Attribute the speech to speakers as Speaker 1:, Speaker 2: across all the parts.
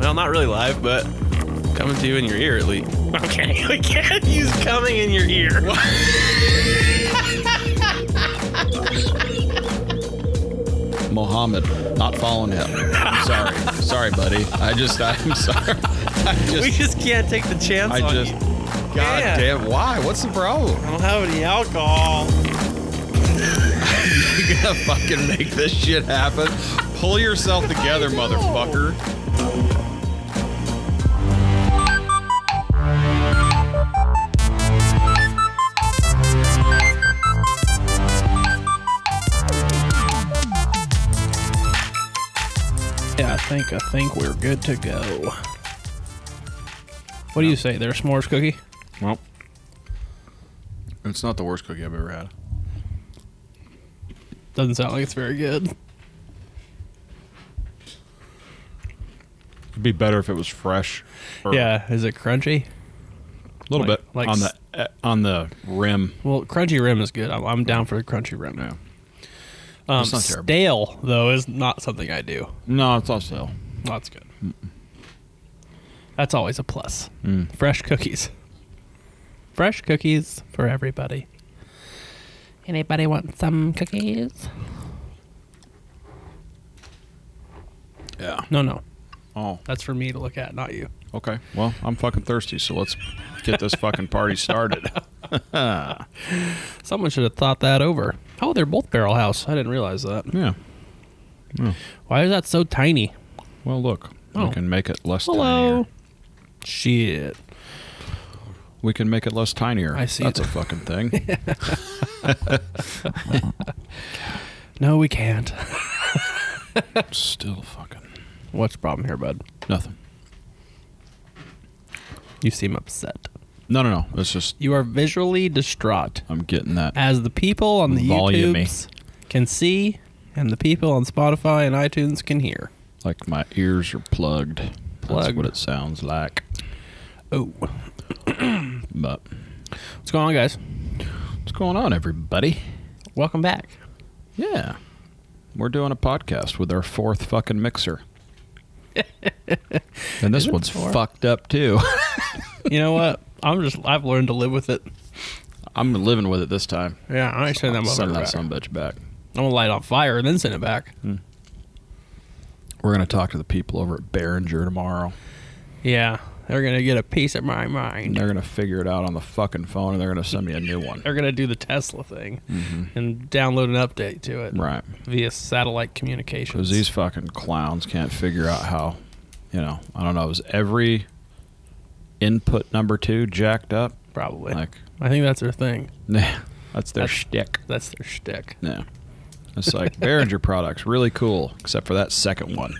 Speaker 1: Well, not really live, but coming to you in your ear at least.
Speaker 2: Okay, we can't use coming in your ear.
Speaker 3: Mohammed, not following him. Sorry, sorry, buddy. I just, I'm sorry. I
Speaker 2: We
Speaker 3: just,
Speaker 2: just can't take the chance.
Speaker 3: I
Speaker 2: on
Speaker 3: just.
Speaker 2: you.
Speaker 3: God
Speaker 2: Yeah.
Speaker 3: damn! Why? What's the problem?
Speaker 2: I don't have any alcohol.
Speaker 3: You gotta fucking make this shit happen. Pull yourself together, motherfucker.
Speaker 4: Yeah, I think I think we're good to go. What do you say there, s'mores cookie?
Speaker 3: Well, it's not the worst cookie I've ever had.
Speaker 4: Doesn't sound like it's very good.
Speaker 3: It'd be better if it was fresh. or
Speaker 4: Yeah, is it crunchy?
Speaker 3: a little
Speaker 4: like-
Speaker 3: bit
Speaker 4: like
Speaker 3: on
Speaker 4: s-
Speaker 3: the eh, on the rim.
Speaker 4: Well, crunchy rim is good. I'm, I'm down for the crunchy rim.
Speaker 3: Yeah.
Speaker 4: um,
Speaker 3: it's not terrible.
Speaker 4: stale though is not something I do.
Speaker 3: No, it's also
Speaker 4: That's good. That's always a plus. Fresh cookies. Fresh cookies for everybody. Anybody want some cookies?
Speaker 3: yeah.
Speaker 4: No, no.
Speaker 3: Oh,
Speaker 4: That's for me to look at, not you.
Speaker 3: okay. Well, I'm fucking thirsty, so let's get this fucking party started.
Speaker 4: Someone should have thought that over. Oh, they're both barrel house. I didn't realize that.
Speaker 3: Yeah.
Speaker 4: Why is that so tiny?
Speaker 3: Well, look,
Speaker 4: Oh.
Speaker 3: we can make it less.
Speaker 4: Hello.
Speaker 3: Tinier.
Speaker 4: Shit.
Speaker 3: We can make it less tinier.
Speaker 4: I see
Speaker 3: That's
Speaker 4: it.
Speaker 3: a fucking thing.
Speaker 4: No, we can't.
Speaker 3: Still fucking
Speaker 4: What's the problem here, bud?
Speaker 3: nothing.
Speaker 4: You seem upset.
Speaker 3: No, no, no. It's just
Speaker 4: You are visually distraught.
Speaker 3: I'm getting that.
Speaker 4: As the people on the
Speaker 3: Volume-y.
Speaker 4: YouTubes can see and the people on Spotify and iTunes can hear.
Speaker 3: Like my ears are plugged. That's
Speaker 4: Plugged.
Speaker 3: what it sounds like.
Speaker 4: Oh.
Speaker 3: But
Speaker 4: What's going on, guys?
Speaker 3: what's going on, everybody?
Speaker 4: Welcome back.
Speaker 3: Yeah. We're doing a podcast with our fourth fucking mixer. and this
Speaker 4: Is it
Speaker 3: one's
Speaker 4: four?
Speaker 3: fucked up too.
Speaker 4: You know what? I'm just I've learned to live with it.
Speaker 3: I'm living with it this time.
Speaker 4: Yeah, I ain't sending that motherfucker
Speaker 3: Send that
Speaker 4: back.
Speaker 3: son bitch back.
Speaker 4: I'm gonna light it on fire and then send it back.
Speaker 3: We're gonna talk to the people over at Behringer tomorrow.
Speaker 4: Yeah. They're gonna get a piece of my
Speaker 3: And
Speaker 4: mind.
Speaker 3: they're gonna figure it out on the fucking phone and they're gonna send me a new one.
Speaker 4: They're gonna do the Tesla thing and download an update to it
Speaker 3: Mm-hmm. Right.
Speaker 4: via satellite communications.
Speaker 3: Because these fucking clowns can't figure out how, you know, I don't know, is every input number two jacked up?
Speaker 4: probably.
Speaker 3: Like,
Speaker 4: I think that's their thing.
Speaker 3: nah, that's their
Speaker 4: That's-
Speaker 3: shtick.
Speaker 4: That's their shtick.
Speaker 3: Yeah. It's like Behringer products, really cool, except for that second one.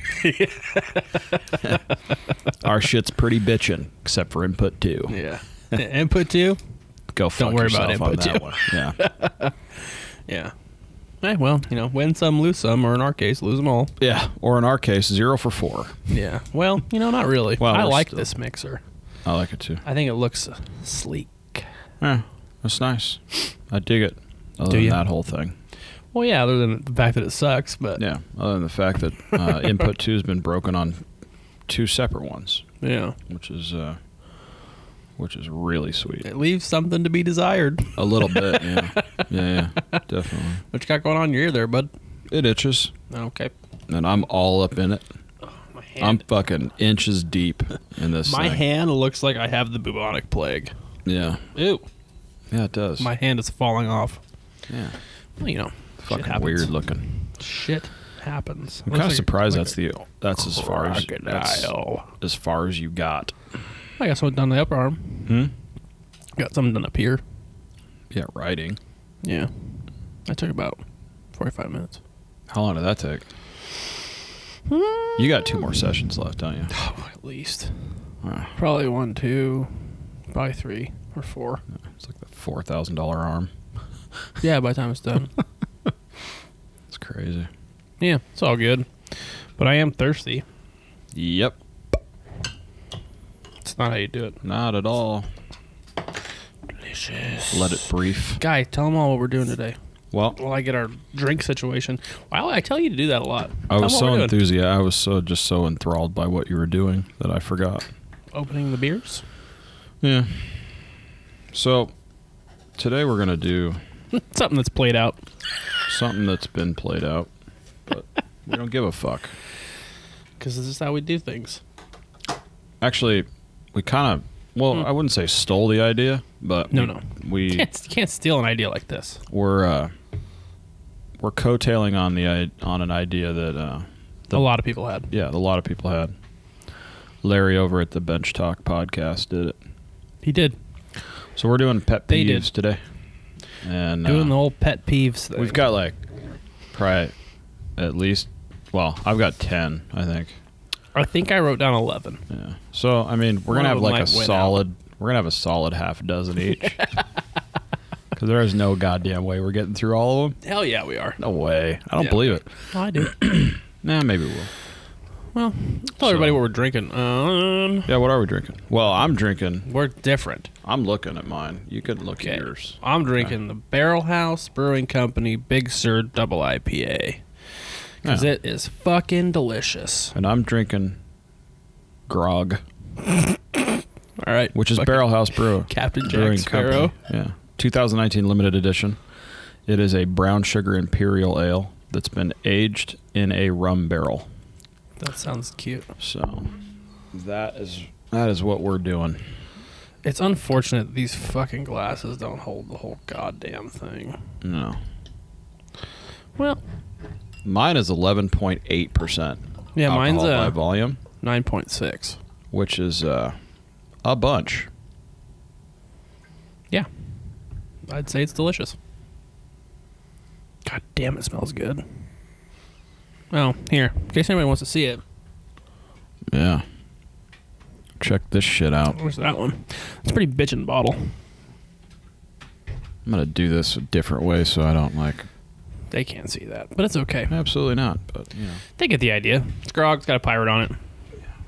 Speaker 3: Our shit's pretty bitchin', except for input two.
Speaker 4: Yeah. Input two?
Speaker 3: Go fuck
Speaker 4: worry about
Speaker 3: yourself on
Speaker 4: input
Speaker 3: that
Speaker 4: two.
Speaker 3: one. Yeah,
Speaker 4: Yeah. Hey, well, you know, win some, lose some, or in our case, lose them all.
Speaker 3: yeah. Or in our case, zero for four.
Speaker 4: Yeah. Well, you know, not really.
Speaker 3: Well,
Speaker 4: I
Speaker 3: we're
Speaker 4: like
Speaker 3: still-
Speaker 4: this mixer.
Speaker 3: I like it too.
Speaker 4: I think it looks sleek.
Speaker 3: Yeah, that's nice. I dig it. Other
Speaker 4: Do
Speaker 3: than
Speaker 4: ya?
Speaker 3: that whole thing.
Speaker 4: Well, yeah, other than the fact that it sucks, but
Speaker 3: Yeah. Other than the fact that uh, input two has been broken on two separate ones,
Speaker 4: yeah,
Speaker 3: which is uh, which is really sweet.
Speaker 4: it leaves something to be desired.
Speaker 3: A little bit. Yeah. Yeah. Yeah. Definitely.
Speaker 4: What you got going on in your ear there, bud?
Speaker 3: It itches,
Speaker 4: Okay.
Speaker 3: and I'm all up in it.
Speaker 4: My
Speaker 3: I'm
Speaker 4: hand,
Speaker 3: fucking inches deep in this.
Speaker 4: my
Speaker 3: thing.
Speaker 4: hand looks like I have the bubonic plague.
Speaker 3: Yeah.
Speaker 4: Ew.
Speaker 3: Yeah, it does.
Speaker 4: My hand is falling off.
Speaker 3: yeah.
Speaker 4: Well, you know, shit
Speaker 3: Fucking
Speaker 4: happens.
Speaker 3: weird looking.
Speaker 4: Shit happens.
Speaker 3: I'm kind of surprised that's the that's as far as that's
Speaker 4: crocodile.
Speaker 3: as far as you got.
Speaker 4: I got something done the upper arm.
Speaker 3: Hmm?
Speaker 4: Got something done up here.
Speaker 3: Yeah, writing.
Speaker 4: Yeah. That took about 45 minutes.
Speaker 3: How long did that take? You got two more sessions left, don't you? Ah,
Speaker 4: Oh, at least.
Speaker 3: Wow.
Speaker 4: Probably one, two, probably three or four.
Speaker 3: It's like the four thousand dollar arm.
Speaker 4: Yeah, by the time it's done.
Speaker 3: It's crazy.
Speaker 4: yeah, it's all good. But I am thirsty.
Speaker 3: Yep.
Speaker 4: It's not how you do it.
Speaker 3: Not at all.
Speaker 4: Delicious.
Speaker 3: Let it brief.
Speaker 4: Guy, tell them all what we're doing today.
Speaker 3: Well,
Speaker 4: while I get our drink situation. Wow, I tell you to do that a lot.
Speaker 3: I
Speaker 4: Tell
Speaker 3: was
Speaker 4: them
Speaker 3: so
Speaker 4: what we're doing.
Speaker 3: enthusiastic. I was so just so enthralled by what you were doing that I forgot.
Speaker 4: Opening the beers.
Speaker 3: Yeah. So today we're gonna do
Speaker 4: Something that's played out.
Speaker 3: something that's been played out, but we don't give a fuck.
Speaker 4: Because this is how we do things.
Speaker 3: Actually, we kind of well, I wouldn't say stole the idea, but
Speaker 4: Hmm. No,
Speaker 3: we,
Speaker 4: no. You
Speaker 3: we
Speaker 4: can't, you can't steal an idea like this.
Speaker 3: were uh, we're coattailing on the i- on an idea that uh,
Speaker 4: a lot of people had.
Speaker 3: yeah, a lot of people had. Larry over at the Bench Talk podcast did it.
Speaker 4: He did.
Speaker 3: So we're doing pet
Speaker 4: They did.
Speaker 3: peeves today, and uh,
Speaker 4: Doing the whole pet peeves thing.
Speaker 3: We've got like probably at least well, I've got ten, I think.
Speaker 4: I think I wrote down 11.
Speaker 3: Yeah. So I mean, we're
Speaker 4: One
Speaker 3: gonna have
Speaker 4: of them
Speaker 3: like a
Speaker 4: might win
Speaker 3: solid. We're gonna have a solid half dozen each. Because there is no goddamn way we're getting through all of them.
Speaker 4: Hell yeah, we are.
Speaker 3: No way. I don't
Speaker 4: Yeah.
Speaker 3: believe it.
Speaker 4: Oh, I do.
Speaker 3: Nah, maybe we'll.
Speaker 4: well, tell everybody what we're drinking. Um,
Speaker 3: Yeah. What are we drinking? Well, I'm drinking.
Speaker 4: we're different.
Speaker 3: I'm looking at mine. You can look
Speaker 4: Okay.
Speaker 3: at yours.
Speaker 4: I'm drinking the Barrel House Brewing Company Big Sur Double IPA. Because
Speaker 3: Yeah.
Speaker 4: it is fucking delicious.
Speaker 3: And I'm drinking grog,
Speaker 4: All right.
Speaker 3: which is
Speaker 4: fucking
Speaker 3: Barrel House Brew.
Speaker 4: Captain Jack
Speaker 3: Brewing
Speaker 4: Sparrow.
Speaker 3: Company. Yeah. 2019 limited edition. It is a brown sugar imperial ale that's been aged in a rum barrel.
Speaker 4: That sounds cute.
Speaker 3: So that is that is what we're doing.
Speaker 4: It's unfortunate that these fucking glasses don't hold the whole goddamn thing.
Speaker 3: No.
Speaker 4: Well,
Speaker 3: Mine is 11.8%.
Speaker 4: yeah, mine's uh,
Speaker 3: alcohol by
Speaker 4: a
Speaker 3: volume,
Speaker 4: 9.6.
Speaker 3: which is uh, a bunch.
Speaker 4: Yeah. I'd say it's delicious. God damn, it smells good. Oh, here. In case anybody wants to see it,
Speaker 3: Yeah. Check this shit out.
Speaker 4: where's that one? It's a pretty bitchin' bottle.
Speaker 3: I'm going to do this a different way so I don't like
Speaker 4: They can't see that, but it's okay.
Speaker 3: absolutely not, but you know.
Speaker 4: They get the idea. It's grog, it's got a pirate on it.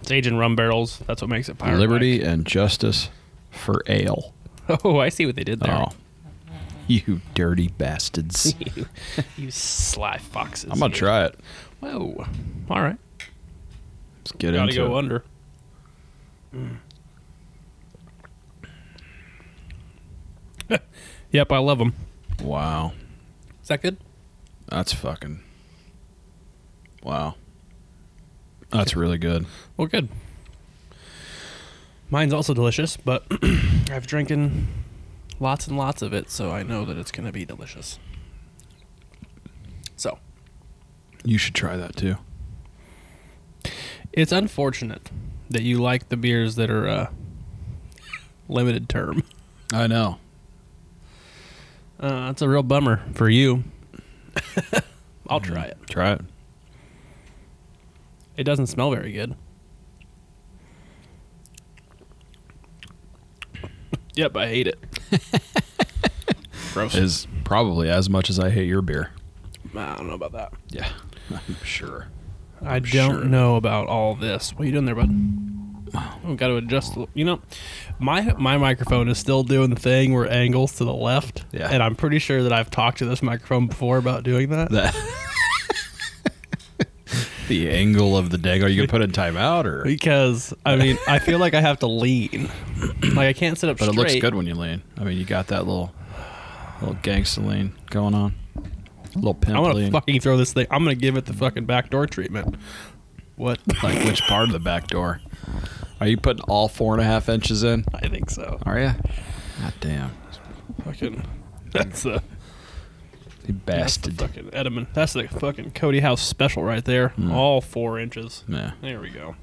Speaker 4: It's aging rum barrels. That's what makes it pirate.
Speaker 3: Liberty and justice for ale.
Speaker 4: Oh, I see what they did there.
Speaker 3: Oh. You dirty bastards.
Speaker 4: you, you sly foxes.
Speaker 3: I'm going to
Speaker 4: you.
Speaker 3: try it.
Speaker 4: Whoa. All right.
Speaker 3: Let's get
Speaker 4: Gotta
Speaker 3: into
Speaker 4: go
Speaker 3: it.
Speaker 4: under. Mm. yep, I love them.
Speaker 3: Wow.
Speaker 4: Is that good?
Speaker 3: That's fucking. Wow. That's really good.
Speaker 4: Well, good. Mine's also delicious, but I've drinking lots and lots of it, so I know that it's gonna be delicious. So
Speaker 3: You should try that too.
Speaker 4: it's unfortunate that you like the beers that are uh, limited term.
Speaker 3: I know.
Speaker 4: Uh, that's a real bummer for you. I'll try it.
Speaker 3: Try it.
Speaker 4: It doesn't smell very good. Yep, I hate it. Gross.
Speaker 3: Is probably as much as I hate your beer.
Speaker 4: I don't know about that.
Speaker 3: Yeah. I'm sure.
Speaker 4: I don't
Speaker 3: sure.
Speaker 4: know about all this. What are you doing there, bud? Oh, got to adjust. the- You know, my my microphone is still doing the thing where it angles to the left.
Speaker 3: Yeah.
Speaker 4: And I'm pretty sure that I've talked to this microphone before about doing that.
Speaker 3: That. the angle of the dag. Are you gonna put in timeout or?
Speaker 4: Because I mean, I feel like I have to lean. Like I can't sit up
Speaker 3: But it
Speaker 4: straight.
Speaker 3: looks good when you lean. I mean, you got that little, little gangsta lean going on. Little pimp
Speaker 4: I'm gonna
Speaker 3: lean.
Speaker 4: fucking throw this thing. I'm gonna give it the fucking backdoor treatment. What?
Speaker 3: Like which part of the back door? Are you putting all four and a half inches in?
Speaker 4: I think so.
Speaker 3: Are you? God damn.
Speaker 4: Fucking. That's the
Speaker 3: You
Speaker 4: that's the
Speaker 3: bastard.
Speaker 4: fucking Edelman. That's the fucking Cody House special right there. All four inches.
Speaker 3: Mm. Yeah.
Speaker 4: There we go.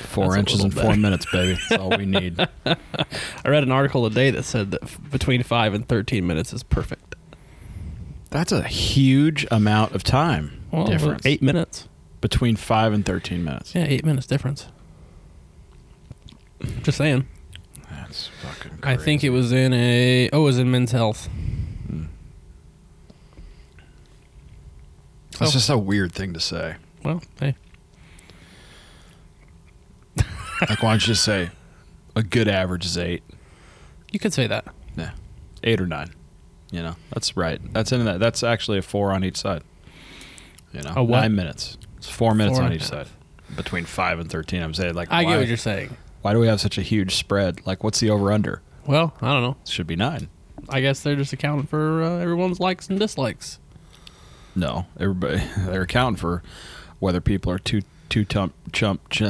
Speaker 3: Four
Speaker 4: That's a
Speaker 3: inches
Speaker 4: little
Speaker 3: and four
Speaker 4: better.
Speaker 3: minutes, baby. That's all we need.
Speaker 4: I read an article today that said that f- between five and thirteen minutes is perfect.
Speaker 3: That's a huge amount of time difference.
Speaker 4: eight minutes.
Speaker 3: Between five and 13 minutes.
Speaker 4: Yeah, eight minutes difference. Just saying.
Speaker 3: That's fucking
Speaker 4: I think it was in a. Oh, it was in Men's Health. Oh.
Speaker 3: That's just a weird thing to say.
Speaker 4: Well, hey,
Speaker 3: Like, why don't you just say a good average is eight?
Speaker 4: you could say that.
Speaker 3: Yeah. Eight or nine. You know, that's right. That's in that. That's actually a four on each side. You know,
Speaker 4: A what?
Speaker 3: nine minutes. It's four minutes
Speaker 4: Four
Speaker 3: on
Speaker 4: and a
Speaker 3: each
Speaker 4: half.
Speaker 3: side, between five and thirteen. I'm saying like,
Speaker 4: I
Speaker 3: why,
Speaker 4: get what you're saying.
Speaker 3: why do we have such a huge spread? Like, what's the over under?
Speaker 4: Well, I don't know.
Speaker 3: Should be nine.
Speaker 4: I guess they're just accounting for uh, everyone's likes and dislikes.
Speaker 3: No, everybody they're accounting for whether people are too too tump chump. Ch-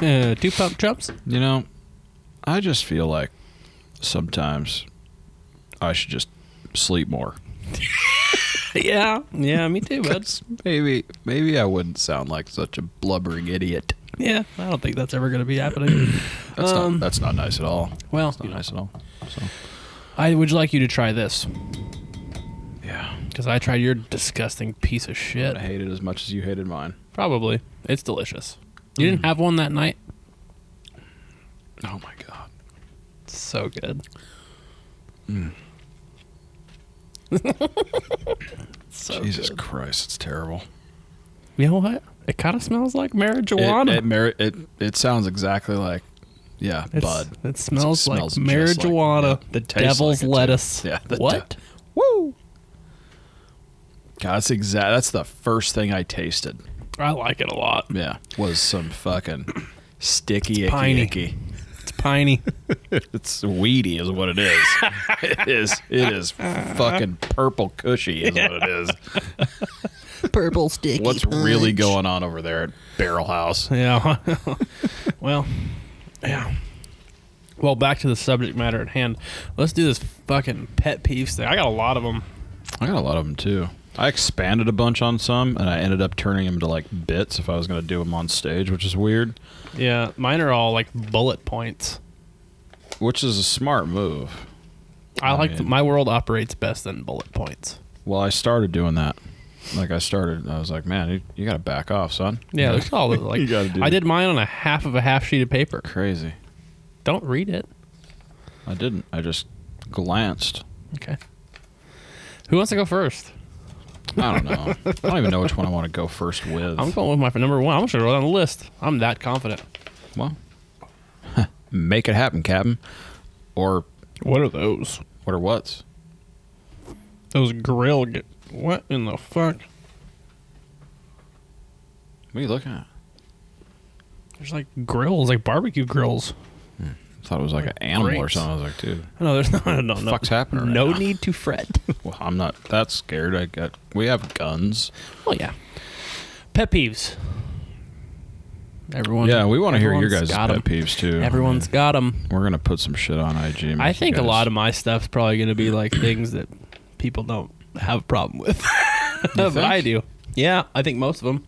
Speaker 4: Uh, two pump chumps.
Speaker 3: you know, I just feel like sometimes I should just sleep more.
Speaker 4: yeah, yeah, me too, bud.
Speaker 3: 'Cause maybe maybe I wouldn't sound like such a blubbering idiot.
Speaker 4: Yeah, I don't think that's ever going to be happening.
Speaker 3: That's
Speaker 4: Um,
Speaker 3: not that's not nice at all.
Speaker 4: Well,
Speaker 3: It's not nice at all. So
Speaker 4: I would like you to try this
Speaker 3: yeah,
Speaker 4: because I tried your disgusting piece of shit.
Speaker 3: I hate it as much as you hated mine.
Speaker 4: Probably, it's delicious. You
Speaker 3: Mm.
Speaker 4: didn't have one that night.
Speaker 3: Oh my god.
Speaker 4: It's so good.
Speaker 3: Mm.
Speaker 4: so
Speaker 3: Jesus
Speaker 4: good.
Speaker 3: Christ, it's terrible.
Speaker 4: You know what? It kind of smells like
Speaker 3: It
Speaker 4: marijuana.
Speaker 3: it, mer- it it sounds exactly like yeah,
Speaker 4: It's-
Speaker 3: bud.
Speaker 4: It smells,
Speaker 3: It smells
Speaker 4: like
Speaker 3: just like-
Speaker 4: marijuana.
Speaker 3: yeah,
Speaker 4: the
Speaker 3: it tastes like
Speaker 4: devil's
Speaker 3: it, too.
Speaker 4: lettuce.
Speaker 3: Yeah, the
Speaker 4: what?
Speaker 3: de- God, that's exact. That's the first thing I tasted.
Speaker 4: I like it a lot.
Speaker 3: Yeah, was some fucking sticky, icky,
Speaker 4: piney.
Speaker 3: icky.
Speaker 4: It's piney.
Speaker 3: It's weedy, is what it is. it is. It is fucking purple cushy, is what it is.
Speaker 5: purple sticky.
Speaker 3: What's really
Speaker 5: punch.
Speaker 3: going on over there at Barrel House?
Speaker 4: yeah. well, yeah. Well, back to the subject matter at hand. Let's do this fucking pet peeves thing. I got a lot of them.
Speaker 3: I got a lot of them too. I expanded a bunch on some, and I ended up turning them to like bits if I was going to do them on stage, which is weird.
Speaker 4: Yeah, mine are all like bullet points.
Speaker 3: Which is a smart move.
Speaker 4: I
Speaker 3: I
Speaker 4: like
Speaker 3: mean-
Speaker 4: my world operates best in bullet points.
Speaker 3: Well, I started doing that. Like I started, I was like, man, you, you got to back off, son.
Speaker 4: Yeah, there's all the, like
Speaker 3: You gotta do
Speaker 4: I
Speaker 3: it.
Speaker 4: did mine on a half of a half sheet of paper.
Speaker 3: Crazy.
Speaker 4: Don't read it.
Speaker 3: I didn't. I just glanced.
Speaker 4: Okay. Who wants to go first?
Speaker 3: I don't know. I don't even know which one I want to go first with.
Speaker 4: I'm going with my number one. I'm just gonna go down the list. I'm that confident.
Speaker 3: well, make it happen, Captain. Or
Speaker 4: What are those?
Speaker 3: what or what's?
Speaker 4: Those grill. Get, what in the fuck?
Speaker 3: What are you looking at?
Speaker 4: There's like grills, like barbecue grills.
Speaker 3: I thought it was like an animal or
Speaker 4: Grapes.
Speaker 3: something. I was like, dude,
Speaker 4: No, there's no, no, no.
Speaker 3: the fuck's happening? Right
Speaker 4: no
Speaker 3: now?
Speaker 4: need to fret.
Speaker 3: Well, I'm not that scared. I got. We have guns.
Speaker 4: well, Oh, yeah. Pet peeves. Everyone.
Speaker 3: yeah, we want to hear your
Speaker 4: Oh, everyone's
Speaker 3: guys'
Speaker 4: got
Speaker 3: pet
Speaker 4: 'em.
Speaker 3: peeves too.
Speaker 4: Everyone's got them.
Speaker 3: We're gonna put some shit on IG. and
Speaker 4: I
Speaker 3: make you
Speaker 4: think a
Speaker 3: guys-
Speaker 4: lot of my stuff's probably going to be like things that people don't have a problem with. but
Speaker 3: think?
Speaker 4: I do. Yeah, I think most of them.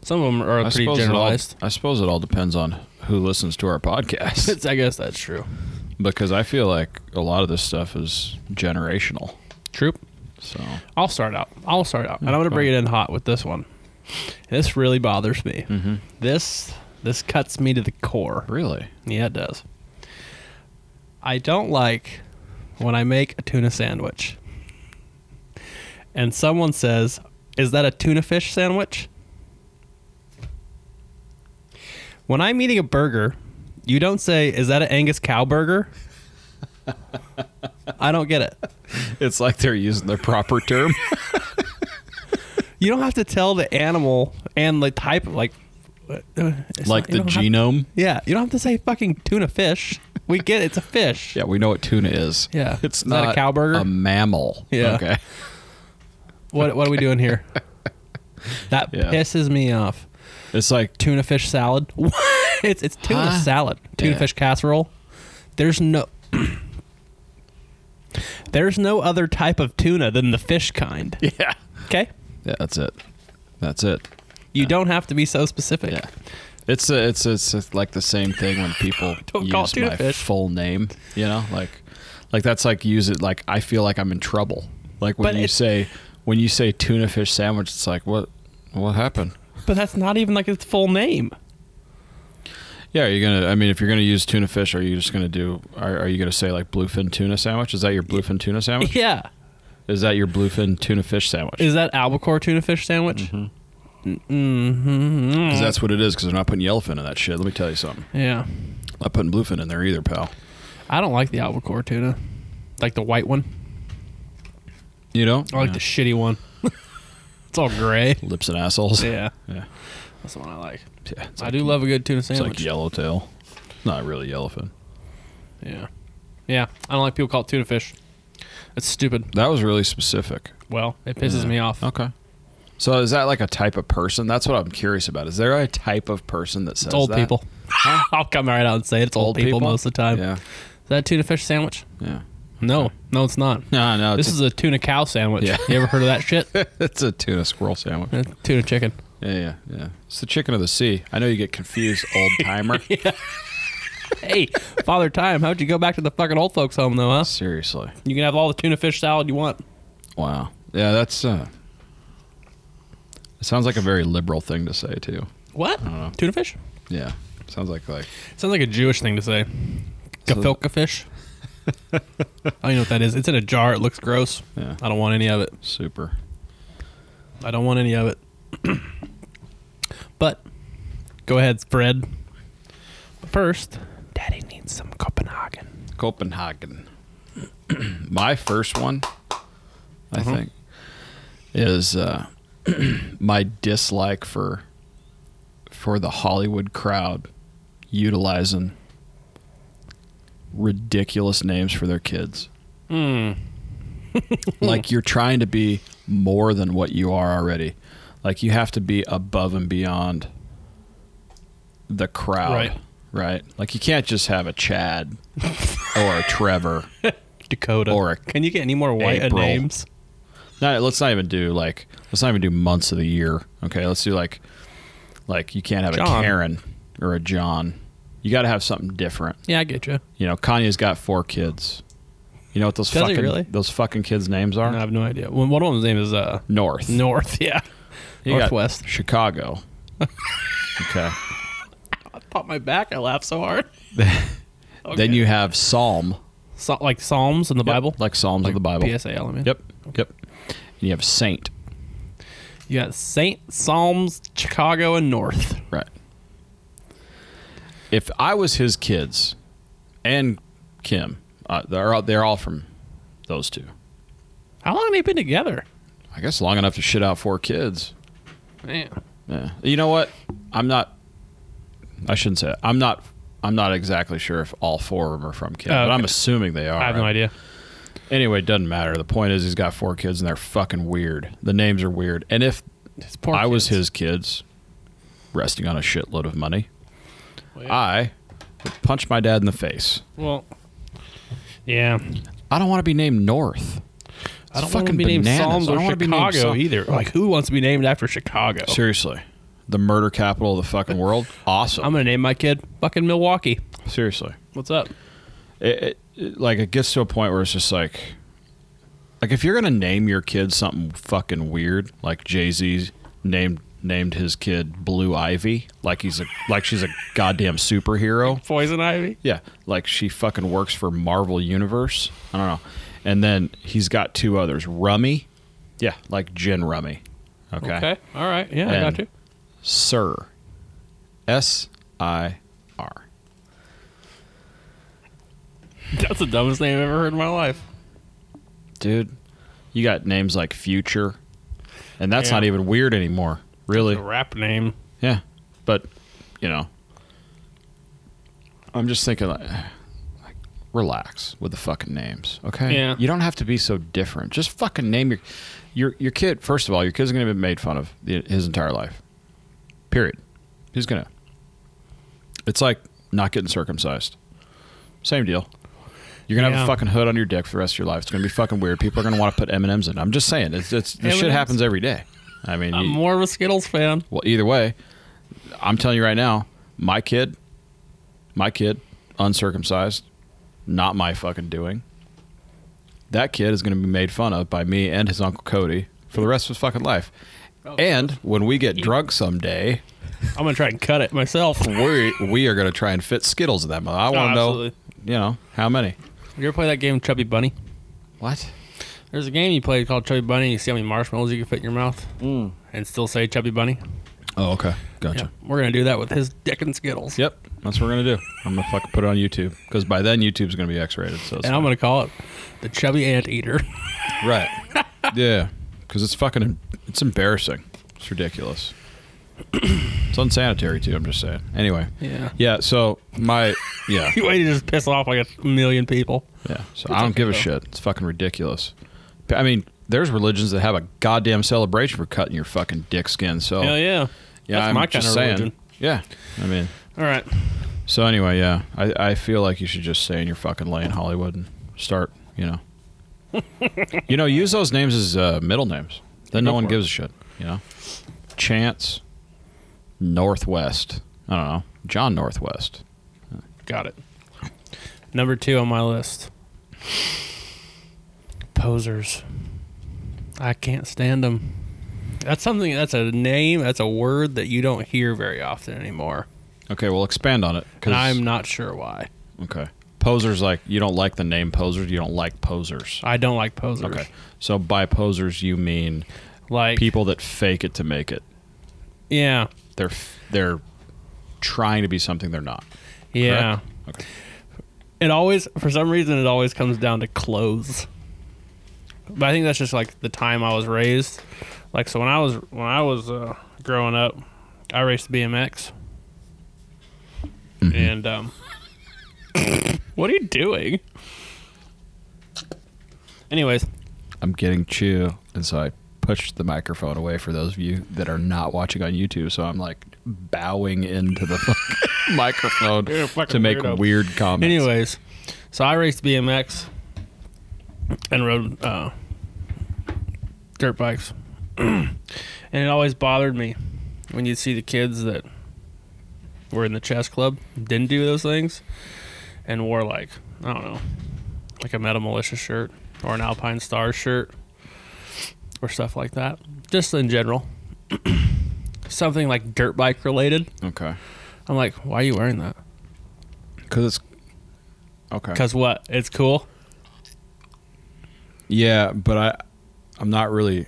Speaker 4: Some of them are
Speaker 3: I
Speaker 4: pretty
Speaker 3: suppose it all-
Speaker 4: generalized.
Speaker 3: I suppose it all depends on who listens to our podcast.
Speaker 4: It's- I guess that's true.
Speaker 3: because I feel like a lot of this stuff is generational.
Speaker 4: True.
Speaker 3: So
Speaker 4: I'll start out. I'll start out, and I'm going to bring it in hot with this one. This really bothers me.
Speaker 3: Hmm.
Speaker 4: This this cuts me to the core.
Speaker 3: really,
Speaker 4: Yeah, it does. I don't like when I make a tuna sandwich and someone says, Is that a tuna fish sandwich? When I'm eating a burger, you don't say, Is that an Angus cow burger? I don't get it.
Speaker 3: it's like they're using the proper term.
Speaker 4: You don't have to tell the animal and the type of like, uh, it's
Speaker 3: like
Speaker 4: not- you
Speaker 3: the
Speaker 4: don't have-
Speaker 3: genome.
Speaker 4: yeah, you don't have to say fucking tuna fish. We get it's a fish.
Speaker 3: yeah, we know what tuna is.
Speaker 4: Yeah.
Speaker 3: it's
Speaker 4: Is that a
Speaker 3: not
Speaker 4: cow burger?
Speaker 3: A mammal.
Speaker 4: Yeah.
Speaker 3: Okay.
Speaker 4: What what are we doing here? That
Speaker 3: Yeah.
Speaker 4: pisses me off.
Speaker 3: It's like
Speaker 4: Tuna fish salad. What? It's it's tuna
Speaker 3: Huh?
Speaker 4: salad. Tuna
Speaker 3: Yeah.
Speaker 4: fish casserole. There's no There's no other type of tuna than the fish kind.
Speaker 3: yeah.
Speaker 4: Okay?
Speaker 3: Yeah, that's it. That's it.
Speaker 4: You don't have to be so specific.
Speaker 3: Yeah. It's a, it's it's like the same thing when people
Speaker 4: Don't
Speaker 3: use
Speaker 4: call tuna
Speaker 3: my
Speaker 4: fish.
Speaker 3: full name. You know, like like that's like use it like I feel like I'm in trouble. Like when
Speaker 4: But
Speaker 3: you
Speaker 4: it's-
Speaker 3: say when you say tuna fish sandwich, it's like what what happened?
Speaker 4: But that's not even like its full name.
Speaker 3: Yeah, you're gonna. I mean, if you're gonna use tuna fish, are you just gonna do? Are, are you gonna say like bluefin tuna sandwich? Is that your bluefin tuna sandwich?
Speaker 4: Yeah.
Speaker 3: Is that your bluefin tuna fish sandwich?
Speaker 4: Is that albacore tuna fish sandwich?
Speaker 3: Mm-hmm.
Speaker 4: Mm.
Speaker 3: Because that's what it is. Because they're not putting yellowfin in that shit. Let me tell you something.
Speaker 4: Yeah.
Speaker 3: Not putting bluefin in there either, pal.
Speaker 4: I don't like the albacore tuna. Like the white one.
Speaker 3: You don't?
Speaker 4: I like
Speaker 3: yeah.
Speaker 4: the shitty one. it's all gray.
Speaker 3: lips and assholes.
Speaker 4: Yeah,
Speaker 3: Yeah.
Speaker 4: that's the one I like.
Speaker 3: Yeah, it's
Speaker 4: I
Speaker 3: like-
Speaker 4: do love a good tuna
Speaker 3: It's
Speaker 4: sandwich.
Speaker 3: like yellowtail. Not really yellowfin.
Speaker 4: Yeah, yeah. I don't like people call it tuna fish. It's stupid.
Speaker 3: That was really specific.
Speaker 4: Well, it pisses
Speaker 3: Yeah. Oh,
Speaker 4: me off.
Speaker 3: Okay. So is that like a type of person? That's what I'm curious about. Is there a type of person that says
Speaker 4: It's old
Speaker 3: that?
Speaker 4: people. I'll come right out and say it. it's old, people, most of the time.
Speaker 3: Yeah.
Speaker 4: Is that a tuna fish sandwich?
Speaker 3: Yeah.
Speaker 4: No, no, it's not.
Speaker 3: No, no.
Speaker 4: This
Speaker 3: It's,
Speaker 4: is a tuna cow sandwich.
Speaker 3: Yeah.
Speaker 4: You ever heard of that shit?
Speaker 3: it's a tuna squirrel sandwich.
Speaker 4: Uh, tuna chicken.
Speaker 3: Yeah, yeah, yeah. It's the chicken of the sea. I know you get confused, old timer.
Speaker 4: Hey, Father Time, how'd you go back to the fucking old folks home though, huh?
Speaker 3: Seriously.
Speaker 4: You can have all the tuna fish salad you want.
Speaker 3: Wow. Yeah, that's uh It sounds like a very liberal thing to say too.
Speaker 4: What?
Speaker 3: know.
Speaker 4: Tuna fish?
Speaker 3: Yeah. Sounds like like
Speaker 4: Sounds like a Jewish thing to say. Gefilte fish. I don't even know what that is. It's in a jar. It looks gross.
Speaker 3: yeah,
Speaker 4: I don't want any of it.
Speaker 3: super.
Speaker 4: I don't want any of it. but go ahead, Fred. But first, Daddy needs some Copenhagen.
Speaker 3: Copenhagen. my first one, I think, is uh, my dislike for for the Hollywood crowd utilizing ridiculous names for their kids. like you're trying to be more than what you are already. Like you have to be above and beyond the crowd.
Speaker 4: Right.
Speaker 3: Right. Like you can't just have a Chad or a Trevor.
Speaker 4: Dakota.
Speaker 3: Or a-
Speaker 4: Can you get any more white
Speaker 3: April.
Speaker 4: names?
Speaker 3: Not, let's not even do like let's not even do months of the year. Okay, let's do like like you can't have
Speaker 4: John.
Speaker 3: a Karen or a John. You got to have something different.
Speaker 4: Yeah, I get you.
Speaker 3: You know, Kanye's got four kids. You know what those
Speaker 4: Does he
Speaker 3: fucking
Speaker 4: really?
Speaker 3: those fucking kids' names are?
Speaker 4: I have no idea. Well, one of them's name is uh
Speaker 3: North.
Speaker 4: North. Yeah,
Speaker 3: You got
Speaker 4: Northwest.
Speaker 3: Chicago. okay.
Speaker 4: Pop my back. I laugh so hard.
Speaker 3: Then you have Psalm.
Speaker 4: So, like Psalms in the
Speaker 3: Yep,
Speaker 4: Bible,
Speaker 3: Like Psalms of the Bible.
Speaker 4: PSA element.
Speaker 3: Yep. Yep. And you have Saint.
Speaker 4: You got Saint Psalms, Chicago, and North.
Speaker 3: Right. If I was his kids and Kim, uh, they're all, they're all from those two.
Speaker 4: How long have they been together?
Speaker 3: I guess long enough to shit out four kids.
Speaker 4: Man.
Speaker 3: Yeah. You know what? I'm not. I shouldn't say. That. I'm not. I'm not exactly sure if all four of them are from Kim,
Speaker 4: Oh,
Speaker 3: but I'm
Speaker 4: okay.
Speaker 3: assuming they are.
Speaker 4: I have no idea.
Speaker 3: Anyway, it doesn't matter. The point is, he's got four kids, and they're fucking weird. The names are weird. And if
Speaker 4: It's poor
Speaker 3: I was
Speaker 4: kids.
Speaker 3: his kids, resting on a shitload of money. I would punch my dad in the face.
Speaker 4: Well, yeah.
Speaker 3: I don't want to be named North.
Speaker 4: I don't want
Speaker 3: fucking
Speaker 4: to be named
Speaker 3: bananas.
Speaker 4: Psalms
Speaker 3: I
Speaker 4: or
Speaker 3: don't wanna be named
Speaker 4: Chicago
Speaker 3: Psalm-
Speaker 4: either. Like, who wants to be named after Chicago?
Speaker 3: Seriously, the murder capital of the fucking world. Awesome.
Speaker 4: I'm gonna name my kid fucking Milwaukee.
Speaker 3: Seriously,
Speaker 4: What's up?
Speaker 3: it, it, it- like it gets to a point where it's just like, like if you're gonna name your kid something fucking weird, like Jay Z named named his kid Blue Ivy, like he's a like she's a goddamn superhero.
Speaker 4: Poison Ivy.
Speaker 3: Yeah, like she fucking works for Marvel Universe. I don't know. And then he's got two others, Rummy. Yeah, like Gin Rummy. Okay.
Speaker 4: Okay. All right. Yeah, I
Speaker 3: And-
Speaker 4: got you.
Speaker 3: Sir. S I R.
Speaker 4: That's the dumbest name I've ever heard in my life.
Speaker 3: Dude, you got names like Future. And that's
Speaker 4: Yeah.
Speaker 3: not even weird anymore, really.
Speaker 4: The rap name.
Speaker 3: Yeah. But, you know, I'm just thinking like, like relax with the fucking names, okay?
Speaker 4: Yeah.
Speaker 3: You don't have to be so different. Just fucking name your your your kid. First of all, your kid's going to be made fun of the, his entire life. Period. He's going to It's like not getting circumcised. Same deal. You're gonna have
Speaker 4: Yeah.
Speaker 3: a fucking hood on your dick for the rest of your life. It's gonna be fucking weird. People are gonna want to put M and M's in. I'm just saying, it's, it's this shit
Speaker 4: M&Ms.
Speaker 3: happens every day. I mean,
Speaker 4: I'm
Speaker 3: you-
Speaker 4: more of a Skittles fan.
Speaker 3: well, either way, I'm telling you right now, my kid, my kid, uncircumcised, not my fucking doing. That kid is going to be made fun of by me and his uncle Cody for the rest of his fucking life. And when we get drunk someday,
Speaker 4: I'm gonna try and cut it myself. you
Speaker 3: we we are going to try and fit Skittles in that mother. I want to know,
Speaker 4: absolutely.
Speaker 3: you know, how many?
Speaker 4: ever play that game Chubby Bunny?
Speaker 3: What?
Speaker 4: There's a game you play called Chubby Bunny. You see how many marshmallows you can fit in your mouth
Speaker 3: Mm.
Speaker 4: and still say Chubby Bunny.
Speaker 3: Oh, okay, gotcha.
Speaker 4: We're gonna do that with his dick and Skittles.
Speaker 3: Yep, that's what we're gonna do. I'm gonna fucking put it on YouTube because by then YouTube's gonna be X-rated. So it's
Speaker 4: And I'm gonna call it the Chubby Ant Eater.
Speaker 3: Right. Yeah, because it's fucking it's embarrassing. It's ridiculous. it's unsanitary too. I'm just saying. Anyway.
Speaker 4: Yeah.
Speaker 3: Yeah. So my yeah
Speaker 4: You way to just piss off like a million people.
Speaker 3: yeah. So I don't give a shit. It's fucking ridiculous. P- I mean, there's religions that have a goddamn celebration for cutting your fucking dick skin. So
Speaker 4: Hell yeah.
Speaker 3: yeah,
Speaker 4: That's
Speaker 3: I'm
Speaker 4: my
Speaker 3: just
Speaker 4: kind of
Speaker 3: saying.
Speaker 4: religion.
Speaker 3: Yeah. I mean.
Speaker 4: All right.
Speaker 3: So anyway, yeah, I, I feel like you should just stay in your fucking lane, Hollywood, and start, you know, you know, use those names as uh, middle names. Then no
Speaker 4: Go
Speaker 3: one
Speaker 4: for
Speaker 3: gives a shit, you know. Chance Northwest. I don't know, John Northwest.
Speaker 4: Got it. Number two on my list. Posers. I can't stand them. That's something. That's a name. That's a word that you don't hear very often anymore.
Speaker 3: Okay, we'll expand on it. Cause,
Speaker 4: And I'm not sure why.
Speaker 3: okay. Posers like you don't like the name posers. You don't like posers.
Speaker 4: I don't like posers.
Speaker 3: Okay, so by posers you mean
Speaker 4: Like
Speaker 3: people that fake it to make it.
Speaker 4: Yeah.
Speaker 3: They're f- they're trying to be something they're not.
Speaker 4: Yeah.
Speaker 3: Okay.
Speaker 4: It always, for some reason, it always comes down to clothes. But I think that's just like the time I was raised. Like so, when I was when I was uh, growing up, I raced BMX. And um, what are you doing? Anyways,
Speaker 3: I'm getting chew, and so I pushed the microphone away for those of you that are not watching on YouTube. So I'm like bowing into the fucking microphone
Speaker 4: You're a fucking
Speaker 3: to make
Speaker 4: weirdo.
Speaker 3: weird comments.
Speaker 4: Anyways, so I raced BMX and rode uh, dirt bikes, and it always bothered me when you'd see the kids that were in the chess club didn't do those things and wore like I don't know, like a Metal Militia shirt or an Alpine Star shirt or stuff like that. Just in general, something like dirt bike related.
Speaker 3: okay,
Speaker 4: I'm like, why are you wearing that?
Speaker 3: because it's okay.
Speaker 4: Because what? It's cool.
Speaker 3: Yeah, but I, I'm not really.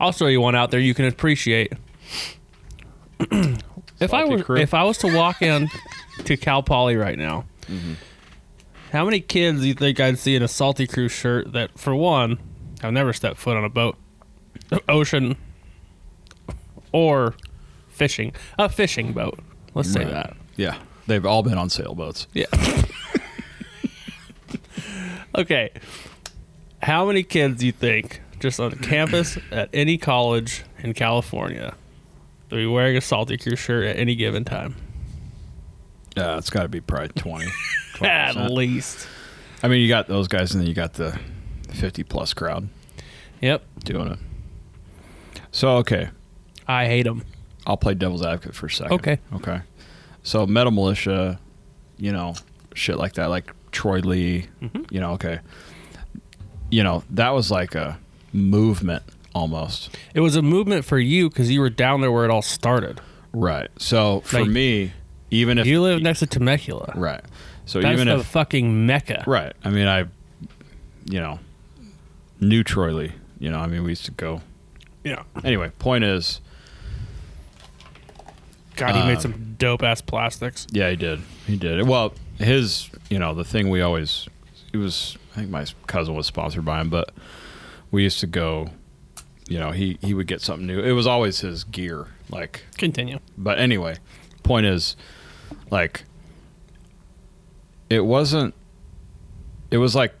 Speaker 4: I'll show you one out there you can appreciate. if I
Speaker 3: Salty
Speaker 4: were,
Speaker 3: crew.
Speaker 4: if I was to walk in to Cal Poly right now,
Speaker 3: Mm-hmm.
Speaker 4: how many kids do you think I'd see in a Salty Crew shirt? That for one, I've never stepped foot on a boat, ocean, or fishing a fishing boat. Let's say
Speaker 3: Right.
Speaker 4: that.
Speaker 3: Yeah, they've all been on sailboats.
Speaker 4: Yeah. okay. How many kids do you think, just on campus at any college in California, will be wearing a Salty Crew shirt at any given time?
Speaker 3: Yeah, it's got to be probably 20. 20%.
Speaker 4: At least.
Speaker 3: I mean, you got those guys, and then you got the 50 plus crowd
Speaker 4: Yep.
Speaker 3: doing it. So okay,
Speaker 4: I hate them.
Speaker 3: I'll play devil's advocate for a second.
Speaker 4: Okay.
Speaker 3: Okay. So metal militia, you know, shit like that, like Troy Lee,
Speaker 4: Mm-hmm.
Speaker 3: you know, okay. You know, that was like a movement almost.
Speaker 4: It was a movement for you because you were down there where it all started.
Speaker 3: Right. So for
Speaker 4: Like,
Speaker 3: me, even if
Speaker 4: You live next to Temecula.
Speaker 3: right. So
Speaker 4: That's
Speaker 3: even
Speaker 4: the
Speaker 3: if
Speaker 4: fucking mecca.
Speaker 3: right. I mean, I you know, knew Troy Lee, you know, I mean, we used to go.
Speaker 4: Yeah.
Speaker 3: Anyway, point is,
Speaker 4: God, he
Speaker 3: Uh,
Speaker 4: made some dope ass plastics.
Speaker 3: Yeah, he did. He did. Well, his, you know, the thing we always, it was, I think my cousin was sponsored by him, but we used to go, you know, he, he would get something new. It was always his gear. Like,
Speaker 4: Continue.
Speaker 3: but anyway, point is, like, it wasn't, it was like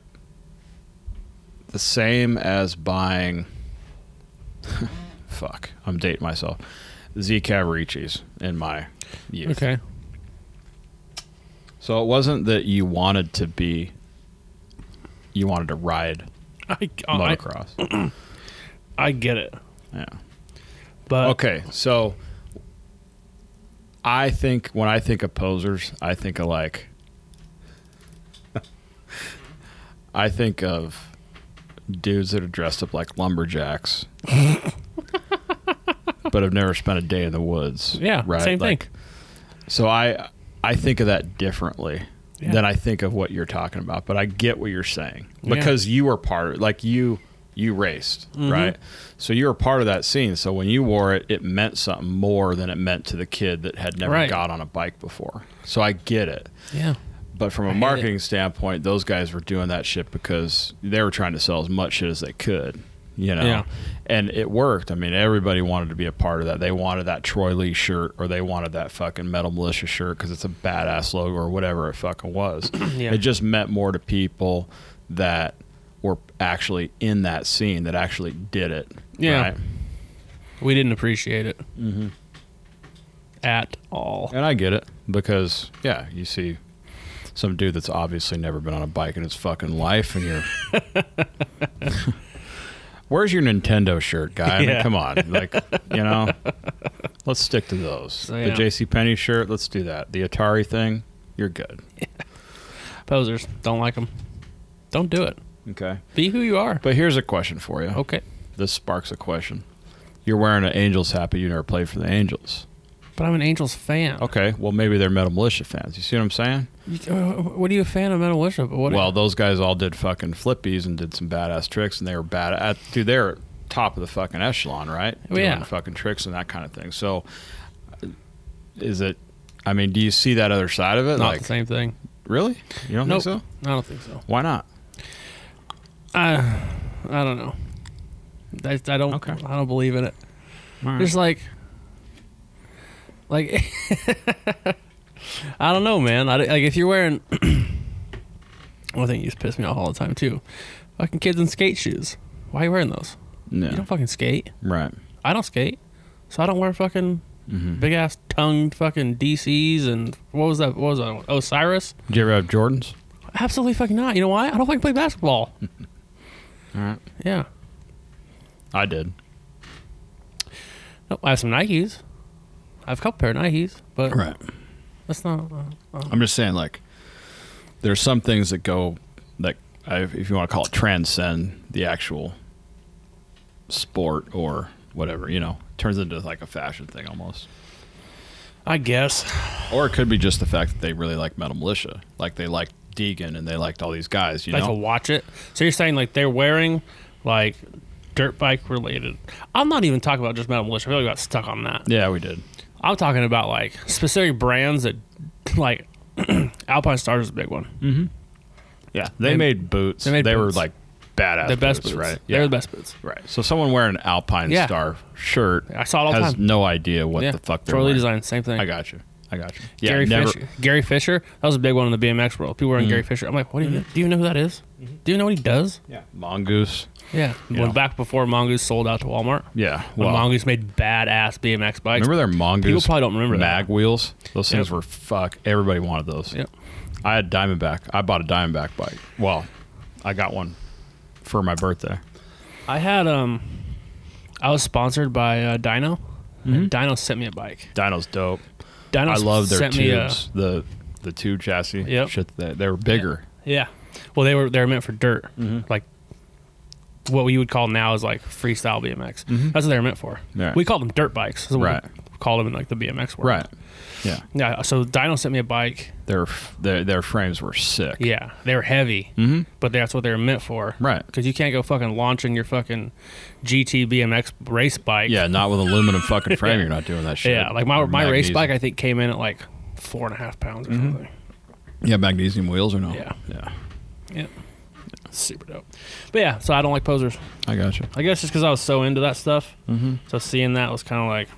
Speaker 3: the same as buying, fuck, I'm dating myself, Z Cavaricis in my youth.
Speaker 4: Okay.
Speaker 3: So it wasn't that you wanted to be, you wanted to ride
Speaker 4: I, Oh, I,
Speaker 3: motocross.
Speaker 4: I get it.
Speaker 3: yeah.
Speaker 4: But
Speaker 3: Okay. So I think when I think of posers, I think of like, I think of dudes that are dressed up like lumberjacks, but have never spent a day in the woods.
Speaker 4: yeah,
Speaker 3: Right.
Speaker 4: same
Speaker 3: Like,
Speaker 4: thing.
Speaker 3: So I I think of that differently
Speaker 4: Yeah.
Speaker 3: than I think of what you're talking about, but I get what you're saying
Speaker 4: Yeah. Mm-hmm.
Speaker 3: because you were part like you you raced, right? So you were part of that scene. So when you wore it, it meant something more than it meant to the kid that had never
Speaker 4: Right.
Speaker 3: got on a bike before. So I get it.
Speaker 4: Yeah.
Speaker 3: But from a
Speaker 4: it.
Speaker 3: marketing standpoint, those guys were doing that shit because they were trying to sell as much shit as they could. you know.
Speaker 4: Yeah.
Speaker 3: And it worked. I mean, everybody wanted to be a part of that. They wanted that Troy Lee shirt or they wanted that fucking Metal Militia shirt because it's a badass logo or whatever it fucking was.
Speaker 4: Yeah.
Speaker 3: It just meant more to people that were actually in that scene that actually did it.
Speaker 4: Yeah.
Speaker 3: right?
Speaker 4: We didn't appreciate it mm-hmm. at all.
Speaker 3: And I get it because, yeah, you see some dude that's obviously never been on a bike in his fucking life, and you're. Where's your Nintendo shirt, guy? I mean,
Speaker 4: Yeah.
Speaker 3: come on. Like, you know, let's stick to those.
Speaker 4: yeah.
Speaker 3: The JC Penney shirt, let's do that. The Atari thing, you're good.
Speaker 4: Posers don't like them. Don't do it.
Speaker 3: Okay.
Speaker 4: Be who you are.
Speaker 3: But here's a question for you.
Speaker 4: Okay.
Speaker 3: This sparks a question. You're wearing an Angels hat, but you never played for the Angels.
Speaker 4: But I'm an Angels fan.
Speaker 3: Okay, well, maybe they're Metal Militia fans. You see what I'm saying?
Speaker 4: You- uh, what are you a fan of Metal Worship? What
Speaker 3: Well, those guys all did fucking flippies and did some badass tricks, and they were bad at dude. They're top of the fucking echelon, right?
Speaker 4: Oh, yeah.
Speaker 3: Doing fucking tricks and that kind of thing. So, is it? I mean, do you see that other side of it?
Speaker 4: not
Speaker 3: like,
Speaker 4: the same thing.
Speaker 3: really? You don't
Speaker 4: Nope.
Speaker 3: think so?
Speaker 4: I don't think so.
Speaker 3: Why not?
Speaker 4: I, I don't know. I, I don't.
Speaker 3: Okay.
Speaker 4: I don't believe in it.
Speaker 3: Hmm.
Speaker 4: Just like, like, I don't know, man. I, like if you're wearing, one thing you just piss me off all the time too. Fucking kids in skate shoes. Why are you wearing those?
Speaker 3: No.
Speaker 4: You don't fucking skate.
Speaker 3: right.
Speaker 4: I don't skate, so I don't wear fucking big ass tongued fucking DCs and what was that? What was that? one? Osiris?
Speaker 3: Do you ever have Jordans?
Speaker 4: Absolutely fucking not. You know why? I don't fucking play basketball. all
Speaker 3: right.
Speaker 4: Yeah.
Speaker 3: I did.
Speaker 4: Nope, I have some Nikes. I have a couple pair of Nikes, but
Speaker 3: Right.
Speaker 4: that's not. Uh, uh,
Speaker 3: I'm just saying, like, there's some things that go that, I, if you want to call it, transcend the actual sport or whatever. You know, turns into like a fashion thing almost.
Speaker 4: I guess.
Speaker 3: Or it could be just the fact that they really like Metal Militia, like they liked Deegan and they liked all these guys. You
Speaker 4: Like to
Speaker 3: know,
Speaker 4: watch it. So you're saying like they're wearing like dirt bike related. I'm not even talking about just metal militia. I really got stuck on that.
Speaker 3: yeah, we did.
Speaker 4: I'm talking about like specific brands that like Alpine Stars is a big one.
Speaker 3: Mm. Yeah, they,
Speaker 4: They-
Speaker 3: made boots.
Speaker 4: they
Speaker 3: They,
Speaker 4: made
Speaker 3: were
Speaker 4: boots.
Speaker 3: like badass.
Speaker 4: The best
Speaker 3: boots,
Speaker 4: boots.
Speaker 3: right?
Speaker 4: They're the best boots.
Speaker 3: Right. So someone wearing an Alpine
Speaker 4: Yeah.
Speaker 3: Star shirt
Speaker 4: I saw it all the
Speaker 3: has
Speaker 4: time.
Speaker 3: no idea what
Speaker 4: yeah.
Speaker 3: the fuck they're
Speaker 4: Troy Lee
Speaker 3: wearing.
Speaker 4: design, same thing.
Speaker 3: I got you. I got you. Yeah,
Speaker 4: Gary
Speaker 3: never. Mm.
Speaker 4: Fisher. Gary Fisher. That was a big one in the BMX world. People wearing Gary Fisher. I'm like, what do you
Speaker 3: Mm-hmm.
Speaker 4: do? You know who that is? Do you know what he does?
Speaker 3: Yeah, mongoose.
Speaker 4: Yeah.
Speaker 3: Mm-hmm. Yeah.
Speaker 4: When back before Mongoose sold out to Walmart.
Speaker 3: Yeah.
Speaker 4: When
Speaker 3: Well,
Speaker 4: Mongoose made badass BMX bikes.
Speaker 3: remember their mongoose?
Speaker 4: People probably don't remember that.
Speaker 3: mag wheels. Those things
Speaker 4: Yep.
Speaker 3: were fuck. Everybody wanted those.
Speaker 4: Yep.
Speaker 3: I had Diamondback. I bought a Diamondback bike. Well, I got one for my birthday.
Speaker 4: I had um, I was sponsored by uh, Dino. And Dino sent me a bike.
Speaker 3: Dino's dope.
Speaker 4: Dino
Speaker 3: Mm-hmm. I love their
Speaker 4: sent me a-
Speaker 3: tubes. the the tube chassis.
Speaker 4: Yep.
Speaker 3: Shit, they, they were bigger.
Speaker 4: yeah. Well, they were they were meant for dirt,
Speaker 3: Mm-hmm.
Speaker 4: like what we would call now is like freestyle BMX. That's what they were meant for.
Speaker 3: Yeah.
Speaker 4: We called them dirt bikes. That's what
Speaker 3: Mm-hmm. Right.
Speaker 4: We called them in like the BMX world.
Speaker 3: Right. Yeah.
Speaker 4: Yeah. So Dino sent me a bike.
Speaker 3: Their f- their their frames were sick.
Speaker 4: Yeah, they were heavy, mm-hmm. but that's what they were meant for.
Speaker 3: Mm. Right.
Speaker 4: Because you can't go fucking launching your fucking GT BMX race bike.
Speaker 3: Yeah, not with aluminum fucking frame. You're not doing that shit.
Speaker 4: Yeah, like my
Speaker 3: Or
Speaker 4: my race
Speaker 3: magnesium. Mm-hmm.
Speaker 4: bike, I think came in at like four and a half pounds or something.
Speaker 3: Yeah, magnesium wheels or no?
Speaker 4: Yeah.
Speaker 3: Yeah.
Speaker 4: Yeah, super dope. But yeah, so I don't like posers.
Speaker 3: I gotcha.
Speaker 4: I guess just because I was so into that stuff, mm-hmm. so seeing that was kind of like,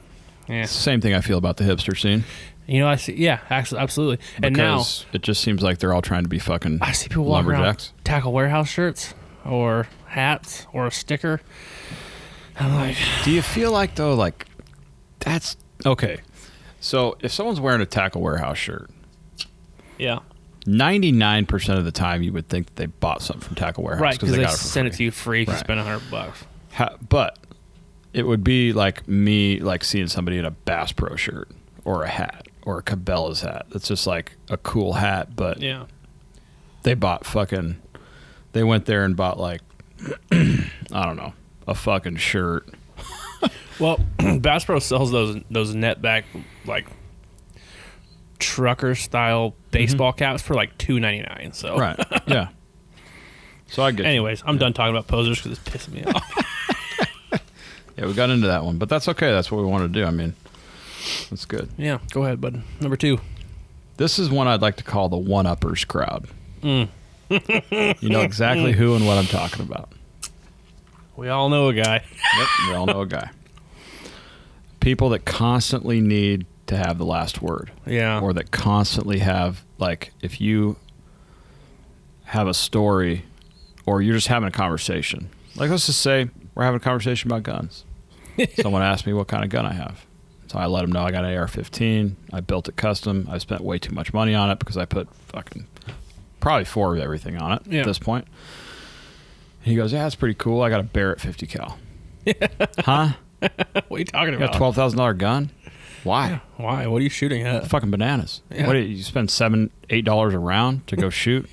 Speaker 4: yeah,
Speaker 3: Same thing I feel about the hipster scene.
Speaker 4: you know, I see. Yeah, actually, absolutely. and now
Speaker 3: because it just seems like they're all trying to be fucking
Speaker 4: I see people walking around
Speaker 3: lumberjacks.
Speaker 4: tackle warehouse shirts or hats or a sticker. I'm like,
Speaker 3: Do you feel like though, like that's okay? So if someone's wearing a tackle warehouse shirt,
Speaker 4: yeah.
Speaker 3: ninety nine percent of the time you would think that they bought something from tackle warehouse
Speaker 4: Right, because they,
Speaker 3: got it for
Speaker 4: send it
Speaker 3: free.
Speaker 4: to you free if you
Speaker 3: Right.
Speaker 4: spend a hundred bucks.
Speaker 3: Ha- but it would be like me like seeing somebody in a Bass Pro shirt or a hat or a Cabela's hat. That's just like a cool hat, but
Speaker 4: Yeah,
Speaker 3: they bought fucking they went there and bought like I don't know, a fucking shirt.
Speaker 4: Well, Bass Pro sells those those netback like trucker style baseball caps for like two ninety nine. So,
Speaker 3: Mm-hmm. Right. yeah. Oh. So I get you.
Speaker 4: anyways, I'm done talking about posers because it's pissing me off.
Speaker 3: Yeah, we got into that one, but that's okay. That's what we want to do. I mean, that's good.
Speaker 4: yeah, go ahead, bud. Number two.
Speaker 3: This is one I'd like to call the one uppers Mm. crowd. you know exactly who and what I'm talking about.
Speaker 4: We all know a guy.
Speaker 3: Yep, we all know a guy. People that constantly need to have the last word,
Speaker 4: Yeah.
Speaker 3: or that constantly have like, if you have a story, or you're just having a conversation. Like, let's just say we're having a conversation about guns. Someone asked me what kind of gun I have, so I let them know I got an AR-15. I built it custom. I spent way too much money on it because I put fucking probably four of everything on it
Speaker 4: Yeah.
Speaker 3: at this point. And he goes, "Yeah, that's pretty cool. I got a Barrett 50 cal." huh?
Speaker 4: what are you talking
Speaker 3: You got
Speaker 4: about?
Speaker 3: a twelve thousand dollar gun? Why?
Speaker 4: Why? What are you shooting at?
Speaker 3: Fucking bananas.
Speaker 4: Yeah.
Speaker 3: What do you you spend seven, eight dollars a round to go shoot?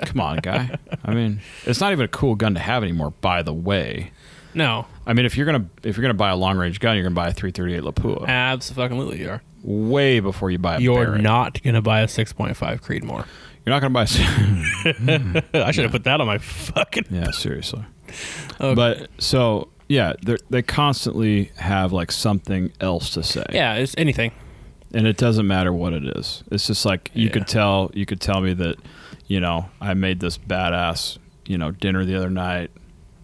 Speaker 3: Come on, guy. I mean, it's not even a cool gun to have anymore. By the way,
Speaker 4: No.
Speaker 3: I mean, if you're gonna if you're gonna buy a long range gun, you're gonna buy a three thirty eight Lapua
Speaker 4: Absolutely you are.
Speaker 3: way before you buy a.
Speaker 4: You're
Speaker 3: Barrett.
Speaker 4: not going to buy a 6.5 Creedmoor.
Speaker 3: You're not gonna buy. A,
Speaker 4: I should have put that on my fucking.
Speaker 3: yeah, seriously.
Speaker 4: Okay.
Speaker 3: But so yeah, they're- they constantly have like something else to say.
Speaker 4: Yeah, it's anything.
Speaker 3: and it doesn't matter what it is. It's just like you
Speaker 4: Yeah.
Speaker 3: could tell you could tell me that, you know, I made this badass, you know, dinner the other night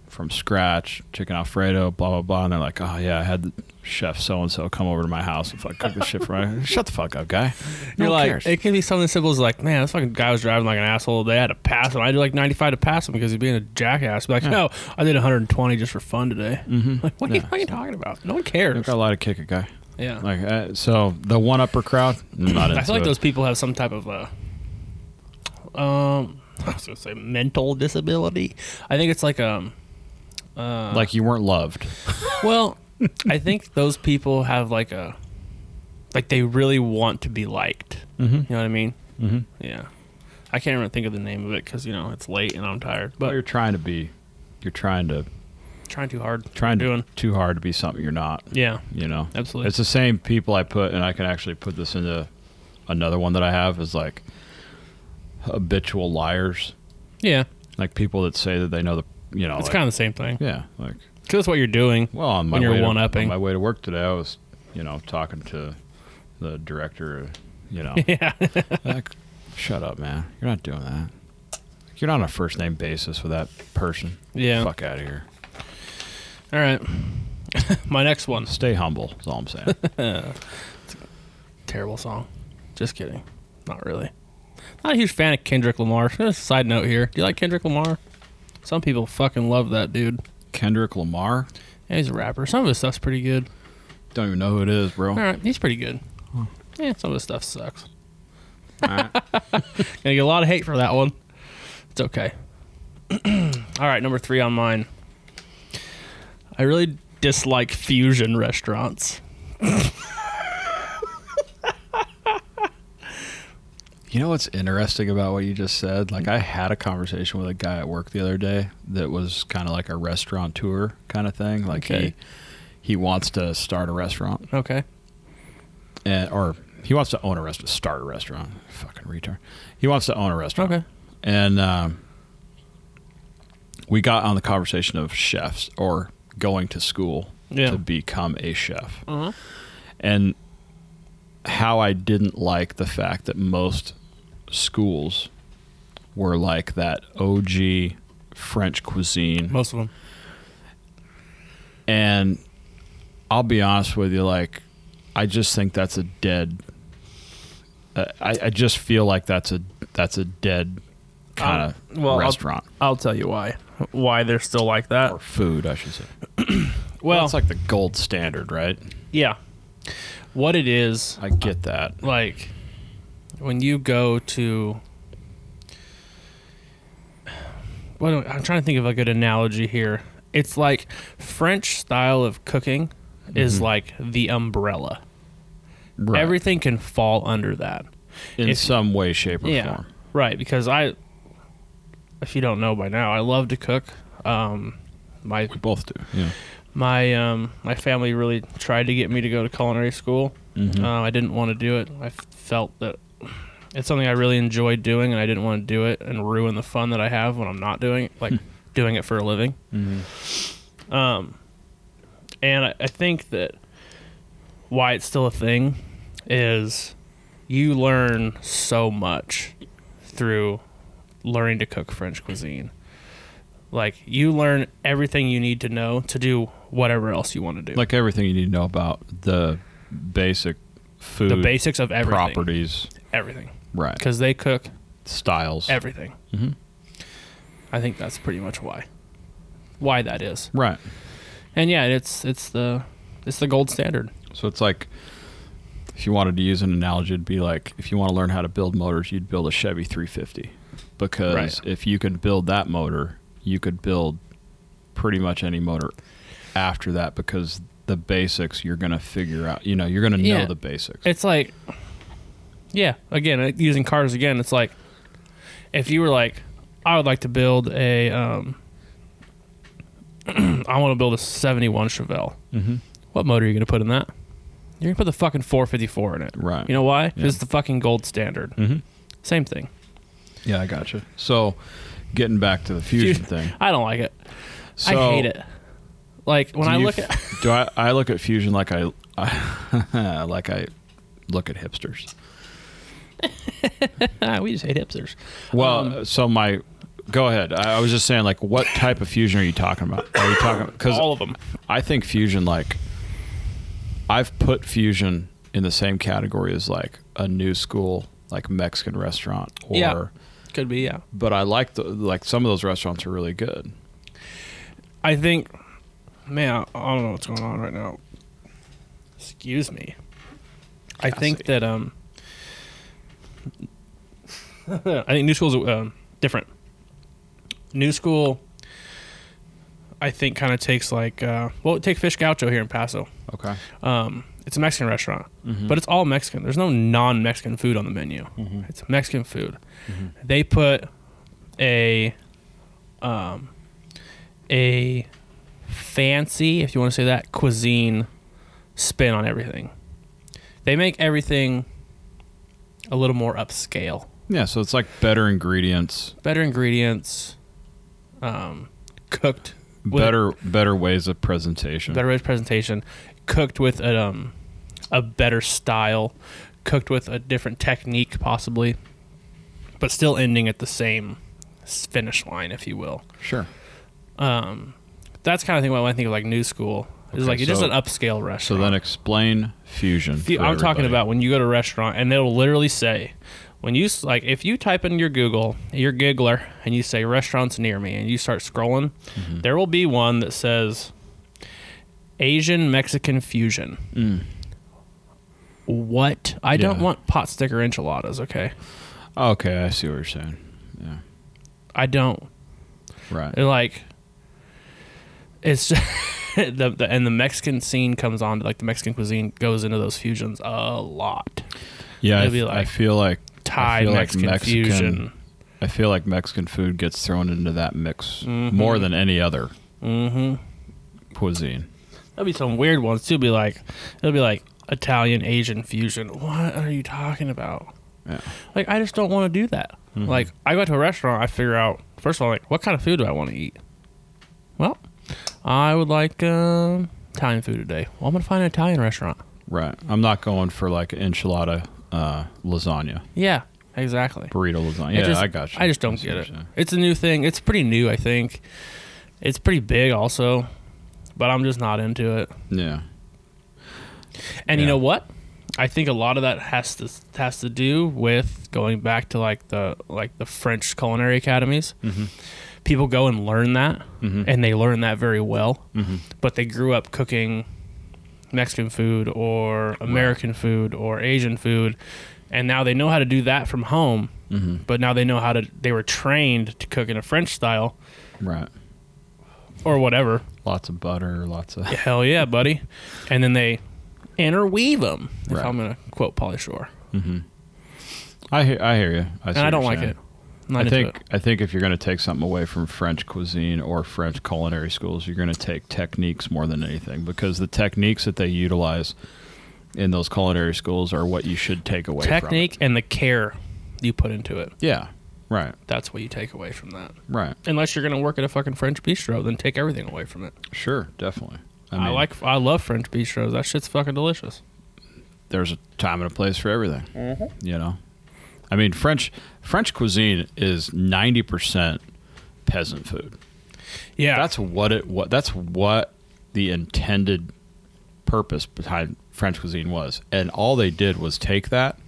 Speaker 3: from scratch, chicken alfredo, blah blah blah, and they're like, oh yeah, I had the chef so and so come over to my house and fuck cook this shit for me. Shut the fuck up, guy. No
Speaker 4: You're
Speaker 3: one
Speaker 4: like,
Speaker 3: cares.
Speaker 4: it can be something simple as like, man, this fucking guy was driving like an asshole. They had to pass him. I did like 95 to pass him because he's being a jackass. Be like, no, I did 120 just for fun today. Mm-hmm. Like, what are you fucking talking about? No one
Speaker 3: I've
Speaker 4: cares.
Speaker 3: got a lot of kick it, guy.
Speaker 4: Yeah.
Speaker 3: Like uh, so, the one upper crowd, I'm not into
Speaker 4: I feel like
Speaker 3: it.
Speaker 4: those people have some type of, uh, um, I was going to say mental disability. I think it's like, um, uh,
Speaker 3: like you weren't loved.
Speaker 4: well, I think those people have like a, like they really want to be liked. Mm-hmm. You know what I mean? Mm-hmm. Yeah. I can't even think of the name of it because, you know, it's late and I'm tired. But
Speaker 3: But you're trying to be, you're trying to
Speaker 4: trying too hard.
Speaker 3: trying to
Speaker 4: doing.
Speaker 3: too hard to be something you're not.
Speaker 4: Yeah.
Speaker 3: you know
Speaker 4: Absolutely.
Speaker 3: it's the same people i put and i can actually put this into another one that i have is like habitual liars
Speaker 4: Yeah.
Speaker 3: like people that say that they know the you know
Speaker 4: It's
Speaker 3: like-
Speaker 4: kind of the same thing.
Speaker 3: yeah like
Speaker 4: Because that's what you're doing.
Speaker 3: well on my
Speaker 4: When you're
Speaker 3: way to-
Speaker 4: one-upping.
Speaker 3: on my way to work today i was you know talking to the director you know
Speaker 4: Yeah.
Speaker 3: like, shut up man you're not doing that you're not on a first name basis with that person
Speaker 4: Yeah.
Speaker 3: fuck out of here
Speaker 4: All right. My next one.
Speaker 3: stay humble is all i'm saying
Speaker 4: Terrible song. Just kidding. Not really. Not a huge fan of Kendrick Lamar. Just a side note here. Do you like Kendrick Lamar? Some people fucking love that dude.
Speaker 3: kendrick lamar
Speaker 4: Yeah, he's a rapper. Some of his stuff's pretty good.
Speaker 3: don't even know who it is bro
Speaker 4: All right. He's pretty good. Yeah, some of his stuff sucks. Gonna get a lot of hate for that one. It's okay. All right, number three on mine. I really dislike fusion restaurants.
Speaker 3: You know what's interesting about what you just said? Like, I had a conversation with a guy at work the other day that was kind of like a restaurateur kind of thing. Like,
Speaker 4: Okay.
Speaker 3: he, he wants to start a restaurant,
Speaker 4: Okay.
Speaker 3: and, or he wants to own a restaurant, start a restaurant. Fucking retard. He wants to own a restaurant.
Speaker 4: Okay.
Speaker 3: And um, we got on the conversation of chefs or going to school
Speaker 4: Yeah. Uh-huh.
Speaker 3: to become a chef. And how I didn't like the fact that most schools were like that OG French cuisine.
Speaker 4: Most of them.
Speaker 3: And I'll be honest with you, like, I just think that's a dead. Uh, I, I just feel like that's a that's a dead kind of
Speaker 4: Uh, well, I'll-
Speaker 3: restaurant
Speaker 4: I'll tell you why. Why they're still like that.
Speaker 3: or food, I should say.
Speaker 4: Well,
Speaker 3: it's like the gold standard, right?
Speaker 4: yeah. What it is,
Speaker 3: I get that.
Speaker 4: like, when you go to. What do- I'm trying to think of a good analogy here. It's like French style of cooking is like the umbrella.
Speaker 3: Right.
Speaker 4: Everything can fall under that.
Speaker 3: in
Speaker 4: if-
Speaker 3: some way, shape, or
Speaker 4: yeah,
Speaker 3: form.
Speaker 4: right. Because I, if you don't know by now, I love to cook. Um, my
Speaker 3: We both do. Yeah.
Speaker 4: my um, my family really tried to get me to go to culinary school. Uh, I didn't want to do it. I f- felt that it's something I really enjoyed doing, and I didn't want to do it and ruin the fun that I have when I'm not doing it, like doing it for a living.
Speaker 3: Mm-hmm.
Speaker 4: Um, and I, I think that why it's still a thing is you learn so much through learning to cook French cuisine. Like you learn everything you need to know to do whatever else you want to do.
Speaker 3: Like everything you need to know about the basic food
Speaker 4: the basics of everything.
Speaker 3: properties,
Speaker 4: Everything.
Speaker 3: right?
Speaker 4: Because they cook
Speaker 3: Styles,
Speaker 4: everything.
Speaker 3: Mhm.
Speaker 4: Mm-hmm. I think that's pretty much why. Why that is.
Speaker 3: right?
Speaker 4: And yeah, it's it's the it's the gold standard.
Speaker 3: So it's like if you wanted to use an analogy, it'd be like if you want to learn how to build motors, you'd build a Chevy 350 because
Speaker 4: Right.
Speaker 3: if you could build that motor, you could build pretty much any motor after that because the basics you're going to figure out. You know, you're going to
Speaker 4: Yeah.
Speaker 3: know the basics.
Speaker 4: It's like, yeah, again, uh, using cars again, it's like, if you were like, I would like to build a, um, I want to build a 71 Chevelle.
Speaker 3: Mhm.
Speaker 4: What motor are you going to put in that? You're going to put the fucking 454 in it.
Speaker 3: Right.
Speaker 4: You know why? 'Cause
Speaker 3: Yeah.
Speaker 4: It's the fucking gold standard.
Speaker 3: Mhm.
Speaker 4: Same thing.
Speaker 3: yeah, I gotcha. So getting back to the fusion thing,
Speaker 4: I don't like it.
Speaker 3: so
Speaker 4: I hate it. Like, when
Speaker 3: do
Speaker 4: I
Speaker 3: you
Speaker 4: look
Speaker 3: f-
Speaker 4: at,
Speaker 3: do I, I look at fusion like I, I like I look at hipsters.
Speaker 4: Ah, we just hate hipsters.
Speaker 3: Well,
Speaker 4: Um,
Speaker 3: so my go ahead. I, I was just saying, like, what type of fusion are you talking about? Are you talking because
Speaker 4: All of them.
Speaker 3: I think fusion, like, I've put fusion in the same category as like a new school, like Mexican restaurant, or
Speaker 4: Yeah. Could be, yeah.
Speaker 3: but I like the like some of those restaurants are really good.
Speaker 4: I think, man, I I don't know what's going on right now. Excuse me. I think that um, I think new school's um, different. New school, I think, kind of takes like uh, well, take Fish Gaucho here in Paso.
Speaker 3: Okay,
Speaker 4: Um, it's a Mexican restaurant, but it's all Mexican. There's no non-Mexican food on the menu. It's Mexican food. They put a um, a fancy, if you want to say that, cuisine spin on everything. They make everything a little more upscale,
Speaker 3: yeah. So it's like better ingredients,
Speaker 4: better ingredients, um, cooked with-
Speaker 3: better better ways of presentation.
Speaker 4: Mm-hmm. better rich presentation, cooked with a, um, a better style, cooked with a different technique possibly, but still ending at the same s- finish line, if you will.
Speaker 3: sure.
Speaker 4: Um, that's kind of thing when I think of like new school. It's
Speaker 3: Okay,
Speaker 4: like it's just
Speaker 3: so-
Speaker 4: an upscale restaurant.
Speaker 3: So then explain fusion.
Speaker 4: The-
Speaker 3: for
Speaker 4: I'm talking
Speaker 3: everybody.
Speaker 4: about when you go to a restaurant and it'll literally say, when you s- like, if you type in your Google, your Googler, and you say restaurants near me, and you start scrolling,
Speaker 3: Mm-hmm.
Speaker 4: there will be one that says Asian Mexican fusion. What? I don't
Speaker 3: Mm. Yeah.
Speaker 4: want pot sticker enchiladas. Okay,
Speaker 3: Okay, I see what you're saying. Yeah,
Speaker 4: I don't
Speaker 3: right.
Speaker 4: They're like. It's just, the, the and the Mexican scene comes on like the Mexican cuisine goes into those fusions a lot.
Speaker 3: Yeah, I,
Speaker 4: It'll be
Speaker 3: f- I
Speaker 4: like
Speaker 3: feel like I
Speaker 4: Thai
Speaker 3: feel like
Speaker 4: Mexican,
Speaker 3: Mexican-
Speaker 4: fusion.
Speaker 3: I feel like Mexican food gets thrown into that mix
Speaker 4: Mm-hmm.
Speaker 3: more than any other cuisine.
Speaker 4: There'll be some weird ones too. Be like, it'll be like Italian Asian fusion. What are you talking about?
Speaker 3: Yeah.
Speaker 4: Like, I just don't want to do that. Like, I go to a restaurant, I figure out first of all, like, what kind of food do I want to eat? Well, I would like um, Italian food today. Well, I'm gonna find an Italian restaurant.
Speaker 3: Right. I'm not going for like an enchilada uh, lasagna,
Speaker 4: Yeah, exactly.
Speaker 3: burrito lasagna. Yeah,
Speaker 4: just,
Speaker 3: I got you.
Speaker 4: I just don't
Speaker 3: see
Speaker 4: get
Speaker 3: what
Speaker 4: it.
Speaker 3: you're saying.
Speaker 4: It's a new thing. It's pretty new, I think. It's pretty big, also, but I'm just not into it.
Speaker 3: Yeah.
Speaker 4: And you
Speaker 3: Yeah.
Speaker 4: know what? I think a lot of that has to has to do with going back to like the like the French culinary academies.
Speaker 3: Mm-hmm.
Speaker 4: People go and learn that, and they learn that very well.
Speaker 3: Mm-hmm.
Speaker 4: But they grew up cooking Mexican food or American food or Asian food, and now they know how to do that from home.
Speaker 3: Mm-hmm.
Speaker 4: But now they know how to. They were trained to cook in a French style
Speaker 3: Right.
Speaker 4: or whatever.
Speaker 3: Lots of butter, lots of.
Speaker 4: Hell yeah, buddy. And then they interweave them. If
Speaker 3: Right.
Speaker 4: I'm gonna quote Polly Shore.
Speaker 3: Mm-hmm. I hear, I hear you. I, see
Speaker 4: and I
Speaker 3: what
Speaker 4: don't
Speaker 3: you're
Speaker 4: like
Speaker 3: saying.
Speaker 4: it. Not
Speaker 3: I
Speaker 4: into
Speaker 3: think
Speaker 4: it.
Speaker 3: I think if you're going to take something away from French cuisine or French culinary schools, you're going to take techniques more than anything because the techniques that they utilize in those culinary schools are what you should take away. from it.
Speaker 4: technique and the care you put into it.
Speaker 3: Yeah. Right.
Speaker 4: That's what you take away from that.
Speaker 3: Right.
Speaker 4: Unless you're gonna work at a fucking French bistro, then take everything away from it.
Speaker 3: Sure. Definitely.
Speaker 4: I,
Speaker 3: mean,
Speaker 4: like I love French bistros. That shit's fucking delicious.
Speaker 3: There's a time and a place for everything.
Speaker 4: Mm-hmm.
Speaker 3: You know. I mean, French French cuisine is ninety percent peasant food.
Speaker 4: Yeah.
Speaker 3: That's what it what that's what the intended purpose behind French cuisine was. And all they did was take that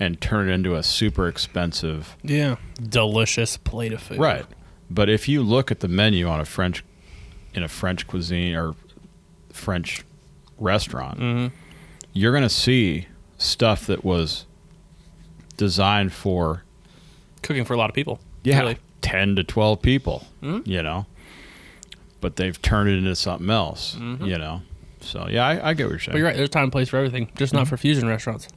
Speaker 3: and turn it into a super expensive
Speaker 4: yeah. Delicious plate of food.
Speaker 3: Right. But if you look at the menu on a French in a French cuisine or French restaurant,
Speaker 4: Mm. Mm-hmm.
Speaker 3: you're going to see stuff that was designed for
Speaker 4: Cooking for a lot of people.
Speaker 3: yeah,
Speaker 4: Really. Hmm?
Speaker 3: 10 to 12 people, you know. But they've turned it into something else, you know. So yeah, Mm-hmm. I, I get what you're saying.
Speaker 4: But Mm-hmm. you're right. There's time and place for everything, just not for fusion restaurants.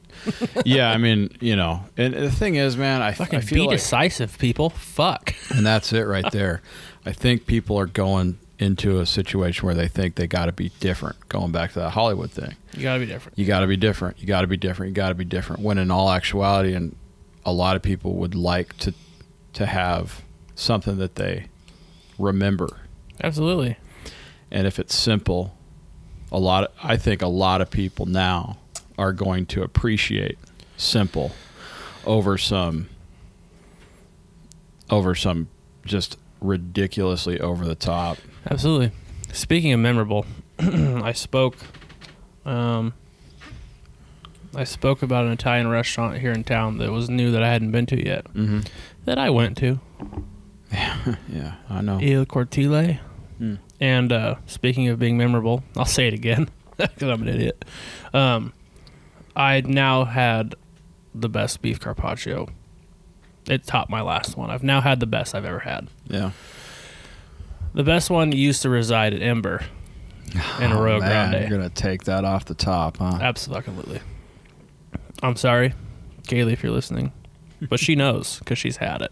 Speaker 3: Yeah, I mean, you know, and the thing is, man, I,
Speaker 4: Fucking
Speaker 3: I feel
Speaker 4: be
Speaker 3: like,
Speaker 4: decisive, people. Fuck.
Speaker 3: and that's it right there. I think people are going into a situation where they think they got to be different. Going back to that Hollywood thing,
Speaker 4: You gotta be different.
Speaker 3: you got to be different. You got to be different. You got to be different. When in all actuality, and a lot of people would like to to have something that they remember.
Speaker 4: Absolutely.
Speaker 3: And if it's simple, a lot. I think a lot of people now are going to appreciate simple over some over some just ridiculously over the top.
Speaker 4: Absolutely. Speaking of memorable, I spoke. Um, I spoke about an Italian restaurant here in town that was new that I hadn't been to yet.
Speaker 3: Mhm.
Speaker 4: That I went to
Speaker 3: Yeah, I know.
Speaker 4: Il Cortile. And uh, speaking of being memorable, I'll say it again because I'm an idiot. Um, I now had the best beef carpaccio. It topped my last one. I've now had the best I've ever had.
Speaker 3: Yeah.
Speaker 4: The best one used to reside at Ember in
Speaker 3: Oh,
Speaker 4: a Rio Grande.
Speaker 3: you're gonna take that off the top, huh?
Speaker 4: Absolutely. I'm sorry, Kaylee, if you're listening, but she knows because she's had it.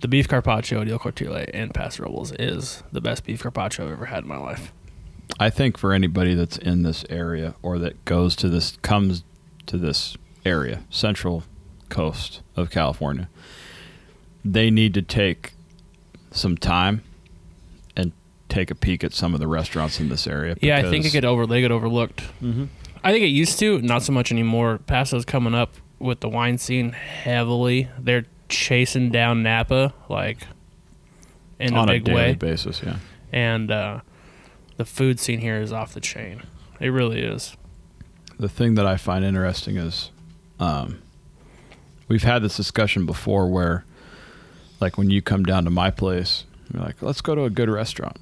Speaker 4: The beef carpaccio at Il Cortile and Paso Robles is the best beef carpaccio I've ever had in my life.
Speaker 3: I think for anybody that's in this area or that goes to this comes to this area, central coast of California, they need to take some time and take a peek at some of the restaurants in this area.
Speaker 4: Yeah, I think
Speaker 3: because- Mm-hmm.
Speaker 4: it get over they get overlooked. I think it used to, not so much anymore. Paso's coming up with the wine scene heavily. They're chasing down Napa like in
Speaker 3: on
Speaker 4: a
Speaker 3: a,
Speaker 4: big
Speaker 3: daily
Speaker 4: way.
Speaker 3: basis. Yeah,
Speaker 4: and uh, the food scene here is off the chain. It really is.
Speaker 3: the thing that I find interesting is, um, we've had this discussion before where, like, when you come down to my place, you're like, let's go to a good restaurant,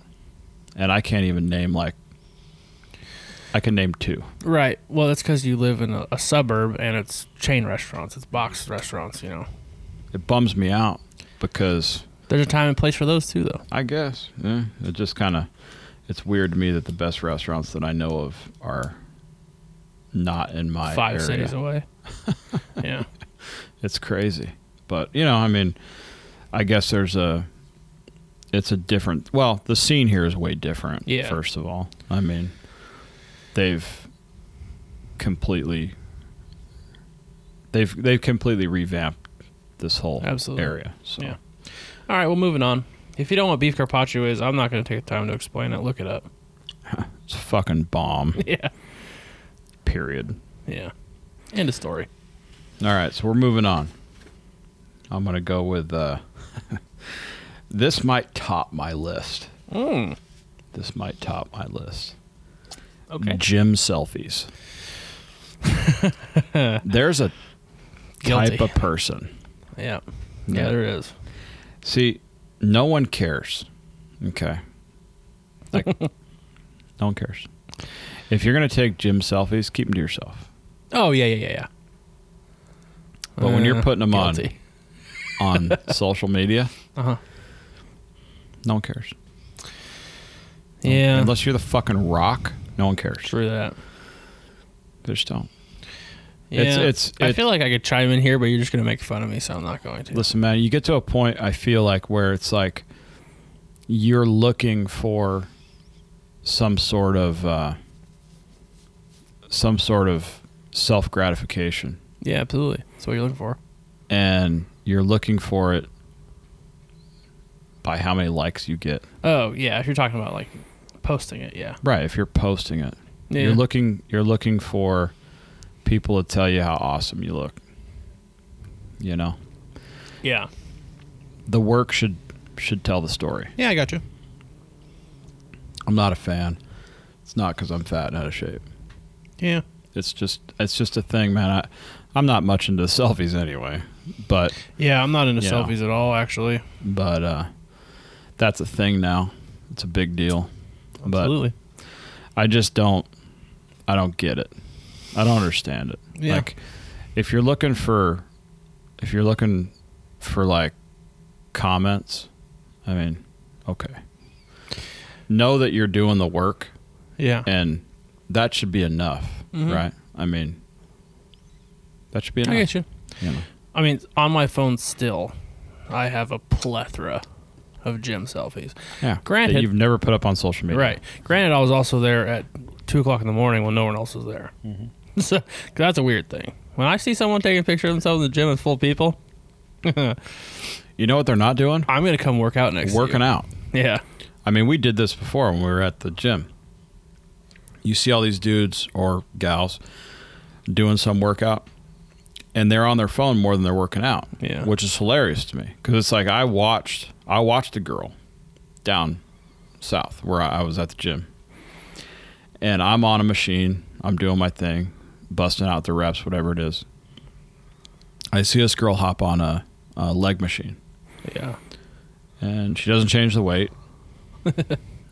Speaker 3: and I can't even name like, I can name two.
Speaker 4: Right. Well, that's because you live in a, a suburb and it's chain restaurants, it's box restaurants. You know,
Speaker 3: It bums me out because
Speaker 4: there's a time and place for those too, though.
Speaker 3: I guess yeah, it just kind of, it's weird to me that the best restaurants that I know of are not in my
Speaker 4: Five
Speaker 3: area.
Speaker 4: cities away. yeah.
Speaker 3: It's crazy. But, you know, I mean, I guess there's a it's a different well, the scene here is way different,
Speaker 4: Yeah.
Speaker 3: first of all. I mean, they've completely they've they've completely revamped this whole
Speaker 4: Absolutely.
Speaker 3: area. So
Speaker 4: Yeah. All right. Well, moving on. If you don't know what beef carpaccio is, I'm not going to take the time to explain it. Look it up.
Speaker 3: it's a fucking bomb,
Speaker 4: Yeah.
Speaker 3: period.
Speaker 4: Yeah. End of story.
Speaker 3: All right, so we're moving on. I'm going to go with uh this might top my list. Mm. This might top my list.
Speaker 4: Okay.
Speaker 3: Gym selfies. There's a
Speaker 4: Guilty.
Speaker 3: type of person.
Speaker 4: yeah.
Speaker 3: Yeah.
Speaker 4: Yeah. There it is.
Speaker 3: See, no one cares. Okay. Like, no one cares. If you're going to take gym selfies, keep them to yourself.
Speaker 4: Oh yeah yeah yeah yeah.
Speaker 3: But when you're putting them
Speaker 4: Uh, guilty.
Speaker 3: on on social media,
Speaker 4: Uh huh.
Speaker 3: no one cares.
Speaker 4: Yeah.
Speaker 3: Unless you're the fucking rock, no one cares.
Speaker 4: True that.
Speaker 3: They just don't.
Speaker 4: Yeah.
Speaker 3: It's- it's-
Speaker 4: I
Speaker 3: it's-
Speaker 4: feel like I could chime in here, but you're just going to make fun of me, so I'm not going to.
Speaker 3: Listen, man, you get to a point I feel like where it's like you're looking for some sort of uh, some sort of self gratification,
Speaker 4: Yeah, absolutely. That's what you're looking for.
Speaker 3: and you're looking for it by how many likes you get.
Speaker 4: Oh yeah, if you're talking about like posting it, yeah.
Speaker 3: Right, if you're posting it,
Speaker 4: Yeah.
Speaker 3: you're looking you're looking for people to tell you how awesome you look. You know,
Speaker 4: Yeah.
Speaker 3: the work should should tell the story.
Speaker 6: Yeah, I got you.
Speaker 3: I'm not a fan. It's not because I'm fat and out of shape.
Speaker 6: Yeah.
Speaker 3: It's just it's just a thing, man. I, I'm not much into selfies anyway, but
Speaker 4: Yeah, I'm not into
Speaker 3: Yeah.
Speaker 4: selfies at all, actually.
Speaker 3: but uh, that's a thing now. It's a big deal.
Speaker 4: Absolutely.
Speaker 3: But I just don't. I don't get it. I don't understand it.
Speaker 6: Yeah.
Speaker 3: Like, if you're looking for, if you're looking for like comments, I mean, okay. Know that you're doing the work
Speaker 4: Yeah.
Speaker 3: and that should be enough, right? I mean, that should be enough.
Speaker 4: Mm-hmm. I get you.
Speaker 3: you know.
Speaker 4: I mean, on my phone still, I have a plethora of gym selfies.
Speaker 3: Yeah.
Speaker 4: Granted-
Speaker 3: that you've never put up on social media,
Speaker 4: Right. Granted, I was also there at two o'clock in the morning when no one else was there.
Speaker 3: Mm-hmm.
Speaker 4: So 'cause that's a weird thing. When I see someone taking a picture of themselves in the gym with full people, I'm
Speaker 3: You know what they're not doing?
Speaker 4: gonna come work out next. to you.
Speaker 3: Working out.
Speaker 4: Yeah.
Speaker 3: I mean, we did this before when we were at the gym. You see all these dudes or gals doing some workout, and they're on their phone more than they're working out.
Speaker 4: Yeah.
Speaker 3: which is hilarious to me because it's like I watched I watched a girl down south where I I was at the gym, and I'm on a machine. I'm doing my thing, busting out the reps, whatever it is. I see this girl hop on a, a leg machine
Speaker 4: Yeah.
Speaker 3: and she doesn't change the weight.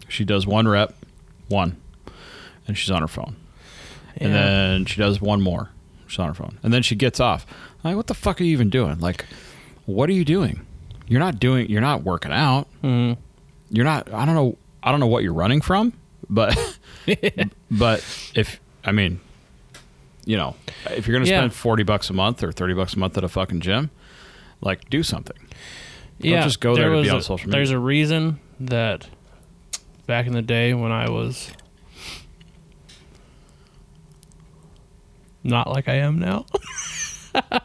Speaker 3: she does one rep, one, and she's on her phone.
Speaker 4: Yeah.
Speaker 3: And then she does one more. She's on her phone. And then she gets off. I'm like, what the fuck are you even doing? Like, what are you doing? You're not doing. You're not working out.
Speaker 4: Mhm.
Speaker 3: You're not. I don't know. I don't know what you're running from, but but if I mean, you know, if you're gonna
Speaker 4: Yeah.
Speaker 3: spend forty bucks a month or thirty bucks a month at a fucking gym, like do something.
Speaker 4: yeah,
Speaker 3: just go there to be
Speaker 4: was
Speaker 3: on
Speaker 4: a-
Speaker 3: social
Speaker 4: There's a reason that back in the day when I was not like I am now,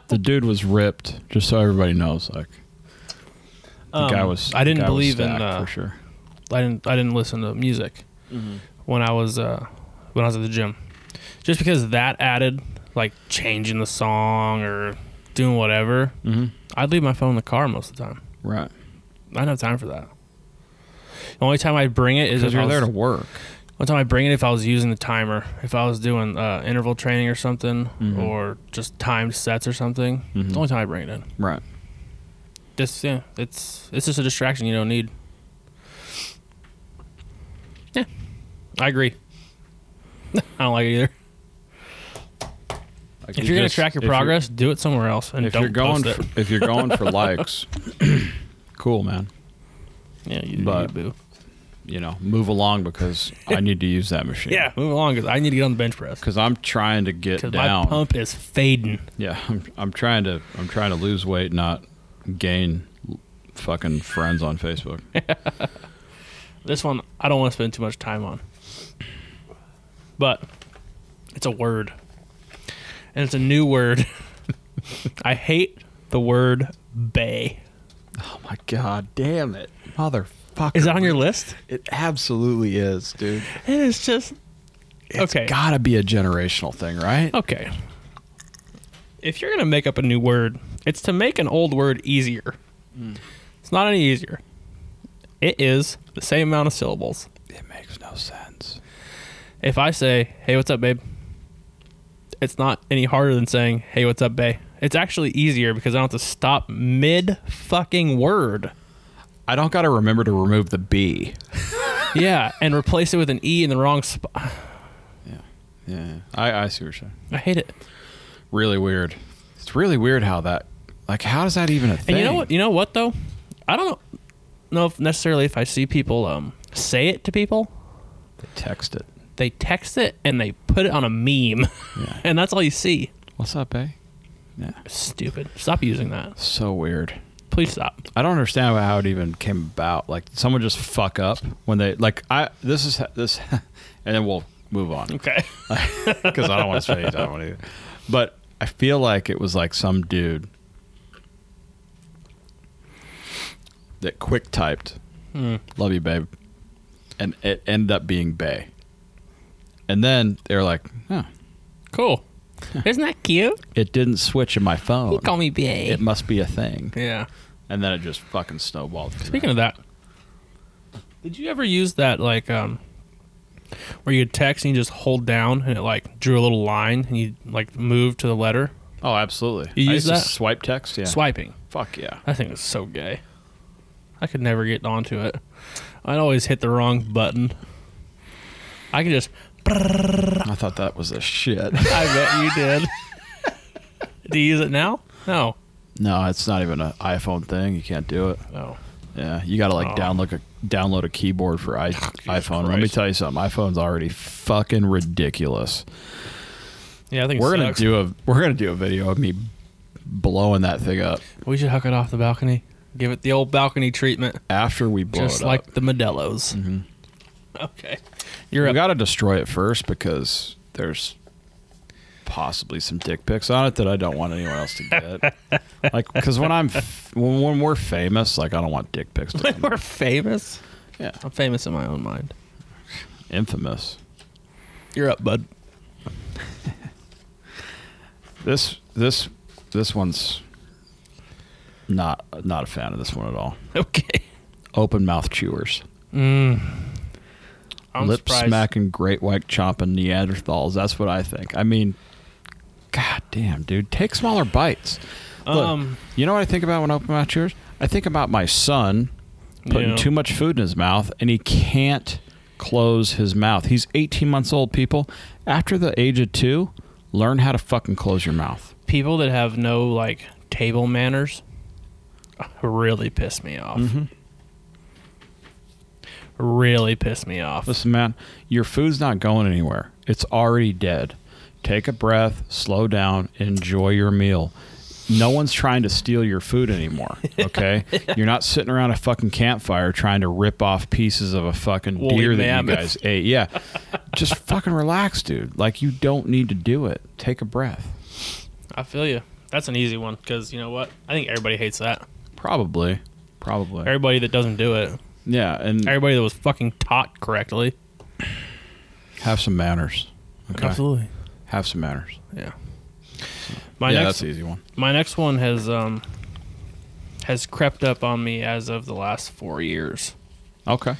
Speaker 3: The dude was ripped, just so everybody knows. Like the
Speaker 4: um,
Speaker 3: guy was.
Speaker 4: I
Speaker 3: the
Speaker 4: didn't
Speaker 3: guy was
Speaker 4: believe in.
Speaker 3: stacked
Speaker 4: Uh,
Speaker 3: for Mm-hmm. sure.
Speaker 4: I didn't. I didn't listen to music when I was uh, when I was at the gym, just because that added like changing the song or doing whatever.
Speaker 3: Mm-hmm.
Speaker 4: I'd leave my phone in the car most of the time.
Speaker 3: Right,
Speaker 4: I don't have time for that. The only time I bring it is if
Speaker 3: because you're
Speaker 4: I was,
Speaker 3: there to work.
Speaker 4: One time I bring it if I was using the timer, if I was doing uh, interval training or something,
Speaker 3: Mm-hmm.
Speaker 4: or just timed sets or something. It's the only time I bring it in.
Speaker 3: Right.
Speaker 4: This yeah, it's it's just a distraction you don't need. Yeah, I agree. I don't like it either.
Speaker 3: Like,
Speaker 4: If
Speaker 3: you
Speaker 4: you're gonna
Speaker 3: just-
Speaker 4: track your
Speaker 3: if you're-
Speaker 4: progress, do it somewhere else and
Speaker 3: if
Speaker 4: don't
Speaker 3: you're going,
Speaker 4: post it.
Speaker 3: for, if you're going for likes, cool, man.
Speaker 4: yeah, you, you
Speaker 3: but-
Speaker 4: boo.
Speaker 3: You know, move along because I need to use that machine.
Speaker 4: Yeah, move along because I need to get on the bench press
Speaker 3: Because I'm trying to get
Speaker 4: because
Speaker 3: down.
Speaker 4: my pump is fading.
Speaker 3: yeah, I'm, I'm trying to I'm trying to lose weight, not gain fucking friends on Facebook.
Speaker 4: This one I don't want to spend too much time on. But it's a word. And it's a new word. I hate the word bay.
Speaker 1: Oh my god, damn it. Motherfucker.
Speaker 4: Is that on your list?
Speaker 1: It absolutely is, dude.
Speaker 4: It is just Okay.
Speaker 3: Gotta be a generational thing, right?
Speaker 4: okay. If you're going to make up a new word, it's to make an old word easier. Mm. It's not any easier. It is the same amount of syllables.
Speaker 3: It makes no sense.
Speaker 4: If I say, "Hey, what's up, babe?" It's not any harder than saying, "Hey, what's up, babe?" It's actually easier because I don't have to stop mid fucking word.
Speaker 3: I don't got to remember to remove the B.
Speaker 4: yeah, and replace it with an e in the wrong spot.
Speaker 3: Yeah, I, I see what you're saying.
Speaker 4: I hate it.
Speaker 3: Really weird. It's really weird how that, like, how is that even a thing?
Speaker 4: And you know what? You know what though? I don't know if necessarily if I see people um say it to people,
Speaker 3: They text it.
Speaker 4: they text it and they put it on a meme,
Speaker 3: Yeah.
Speaker 4: and that's all you see.
Speaker 3: What's up, eh?
Speaker 4: Stupid. Stop using that.
Speaker 3: So weird.
Speaker 4: Please stop.
Speaker 3: I don't understand how it even came about. Like, did someone just fuck up when they like I. This is this, and then we'll move on
Speaker 4: Okay.
Speaker 3: because I don't want to spend any time on it. But I feel like it was like some dude that quick typed
Speaker 4: Hmm.
Speaker 3: "Love you, babe," and it ended up being "Bay." And then they're like, "Huh,
Speaker 4: Cool. Isn't that cute?
Speaker 3: it didn't switch in my phone.
Speaker 5: Call me bae.
Speaker 3: It must be a thing."
Speaker 4: Yeah.
Speaker 3: and then it just fucking snowballed. from
Speaker 4: Speaking of that, did you ever use that like um where you text and you just hold down and it like drew a little line and you like move to the letter?
Speaker 3: there. oh, absolutely.
Speaker 4: You
Speaker 3: I
Speaker 4: use
Speaker 3: used to
Speaker 4: that?
Speaker 3: swipe text. Yeah,
Speaker 4: Swiping.
Speaker 3: fuck yeah.
Speaker 4: I think it's so gay. I could never get onto it. I'd always hit the wrong button. I could just
Speaker 3: I thought that was a shit.
Speaker 4: I bet you did. Do you use it now? No.
Speaker 3: no, it's not even an iPhone thing. You can't do it.
Speaker 4: No.
Speaker 3: Yeah, you got to like
Speaker 4: Oh.
Speaker 3: download a download a keyboard for I- iPhone. Let me
Speaker 4: Christ.
Speaker 3: tell you something. iPhone's already fucking ridiculous.
Speaker 4: Yeah, I think it
Speaker 3: We're gonna
Speaker 4: sucks.
Speaker 3: do a we're gonna do a video of me blowing that thing up
Speaker 4: We should huck it off the balcony. Give it the old balcony treatment,
Speaker 3: after we blow
Speaker 4: just
Speaker 3: it
Speaker 4: like
Speaker 3: up. Mm-hmm.
Speaker 4: the Modelo's. Okay, you're
Speaker 3: We
Speaker 4: up.
Speaker 3: got to destroy it first because there's possibly some dick pics on it that I don't want anyone else to get. like, because when I'm f- when, when we're famous, like I don't want dick pics. To come.
Speaker 4: We're famous.
Speaker 3: Yeah,
Speaker 4: I'm famous in my own mind.
Speaker 3: infamous.
Speaker 4: You're up, bud.
Speaker 3: This this this one's not not a fan of this one at all.
Speaker 4: Okay.
Speaker 3: Open mouth chewers,
Speaker 4: I'm
Speaker 3: Mm. lip
Speaker 4: surprised.
Speaker 3: smacking, great white chomping Neanderthals. That's what I think. I mean, god damn, dude, take smaller bites. Look,
Speaker 4: Um,
Speaker 3: you know what I think about when I open mouth chewers? I think about my son putting
Speaker 4: Yeah.
Speaker 3: too much food in his mouth and he can't close his mouth. He's 18 months old, people. After the age of two, learn how to fucking close your mouth.
Speaker 4: people that have no like table manners really piss me off. Really piss me off.
Speaker 3: Listen, man, your food's not going anywhere. It's already dead. Take a breath, slow down, enjoy your meal. No one's trying to steal your food anymore, okay? You're not sitting around a fucking campfire trying to rip off pieces of a fucking
Speaker 4: Woolly
Speaker 3: deer that
Speaker 4: mammoth.
Speaker 3: you guys ate. Yeah. Just fucking relax, dude. Like, you don't need to do it. Take a breath.
Speaker 4: I feel you. That's an easy one because you know what? I think everybody hates that.
Speaker 3: Probably. Probably.
Speaker 4: Everybody that doesn't do it.
Speaker 3: Yeah, and
Speaker 4: Everybody that was fucking taught correctly.
Speaker 3: have some manners. Okay.
Speaker 4: Absolutely.
Speaker 3: Have some manners.
Speaker 4: Yeah. My
Speaker 3: yeah,
Speaker 4: next
Speaker 3: that's an easy one.
Speaker 4: my next one has um has crept up on me as of the last four years.
Speaker 3: Okay.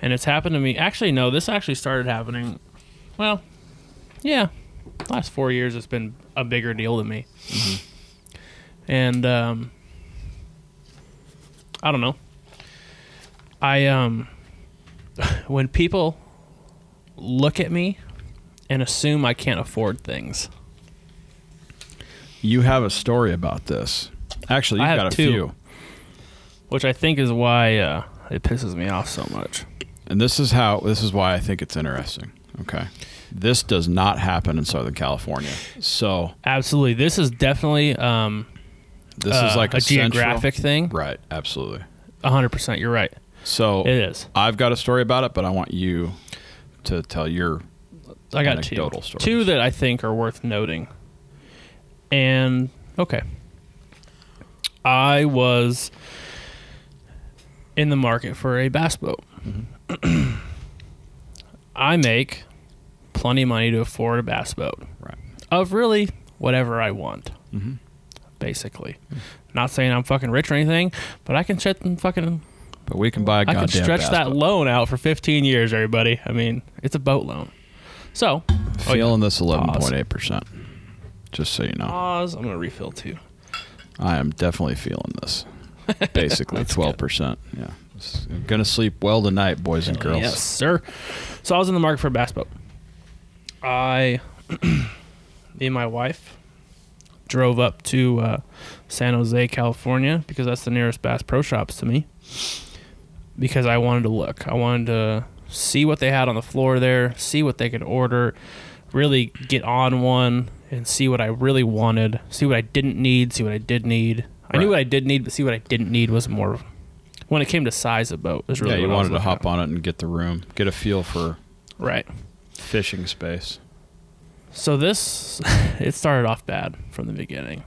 Speaker 4: And it's happened to me actually no, this actually started happening well yeah. Last four years it's been a bigger deal to me. And um I don't know. I um when people look at me and assume I can't afford things.
Speaker 3: You have a story about this. Actually,
Speaker 4: I
Speaker 3: you've
Speaker 4: have
Speaker 3: got a
Speaker 4: two.
Speaker 3: few.
Speaker 4: which I think is why uh, it pisses me off so much.
Speaker 3: And this is how this is why I think it's interesting. Okay. This does not happen in Southern California. So,
Speaker 4: Absolutely, this is definitely um,
Speaker 3: this
Speaker 4: uh,
Speaker 3: is like
Speaker 4: a,
Speaker 3: central-
Speaker 4: geographic thing.
Speaker 3: Right, absolutely.
Speaker 4: hundred percent, you're right.
Speaker 3: So,
Speaker 4: It is.
Speaker 3: I've got a story about it, but I want you to tell your
Speaker 4: I got
Speaker 3: Anecdotal
Speaker 4: two,
Speaker 3: stories.
Speaker 4: two that I think are worth noting. And okay, I was in the market for a bass boat.
Speaker 3: Mm-hmm.
Speaker 4: I make plenty of money to afford a bass boat.
Speaker 3: right. Mm-hmm.
Speaker 4: of really whatever I want, basically.
Speaker 3: Mm.
Speaker 4: Not saying I'm fucking rich or anything, but I can shut them fucking.
Speaker 3: But we can buy a
Speaker 4: I
Speaker 3: goddamn
Speaker 4: can stretch
Speaker 3: bass
Speaker 4: that
Speaker 3: boat.
Speaker 4: loan out for 15 years, everybody. I mean, it's a boat loan. So, oh, yeah.
Speaker 3: Feeling this 11.8%. Just so you know.
Speaker 4: pause. I'm gonna refill too.
Speaker 3: I am definitely feeling this. Basically, twelve percent. Yeah, It's- I'm gonna sleep well tonight, boys and girls.
Speaker 4: Yes, sir. So I was in the market for a bass boat. I, me and my wife, drove up to uh, San Jose, California, because that's the nearest Bass Pro Shops to me. Because I wanted to look, I wanted to see what they had on the floor there, see what they could order, really get on one and see what I really wanted, see what I didn't need, see what I did need. I knew
Speaker 3: Right.
Speaker 4: what I did need, but see what I didn't need was more. When it came to size of boat, is really
Speaker 3: Yeah, you
Speaker 4: what I was
Speaker 3: wanted to
Speaker 4: looking
Speaker 3: hop
Speaker 4: at.
Speaker 3: on it and get the room, get a feel for
Speaker 4: Right.
Speaker 3: fishing space.
Speaker 4: So this, it started off bad from the beginning.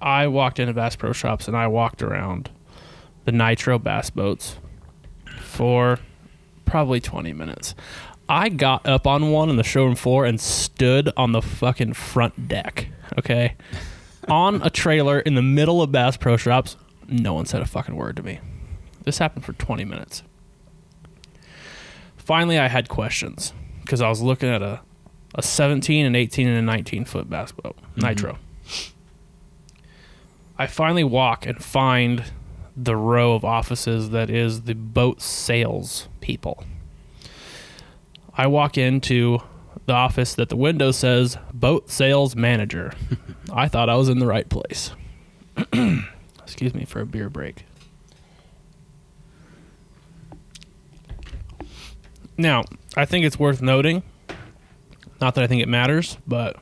Speaker 4: I walked into Bass Pro Shops and I walked around the Nitro bass boats for probably 20 minutes. I got up on one on the showroom floor and stood on the fucking front deck. Okay. on a trailer in the middle of Bass Pro Shops. No one said a fucking word to me. This happened for 20 minutes. Finally, I had questions because I was looking at a, a 17, an 18, and a 19 foot bass boat, nitro. I finally walk and find the row of offices that is the boat sales people. I walk into the office that the window says boat sales manager. I thought I was in the right place. Excuse me for a beer break. Now, I think it's worth noting, not that I think it matters, but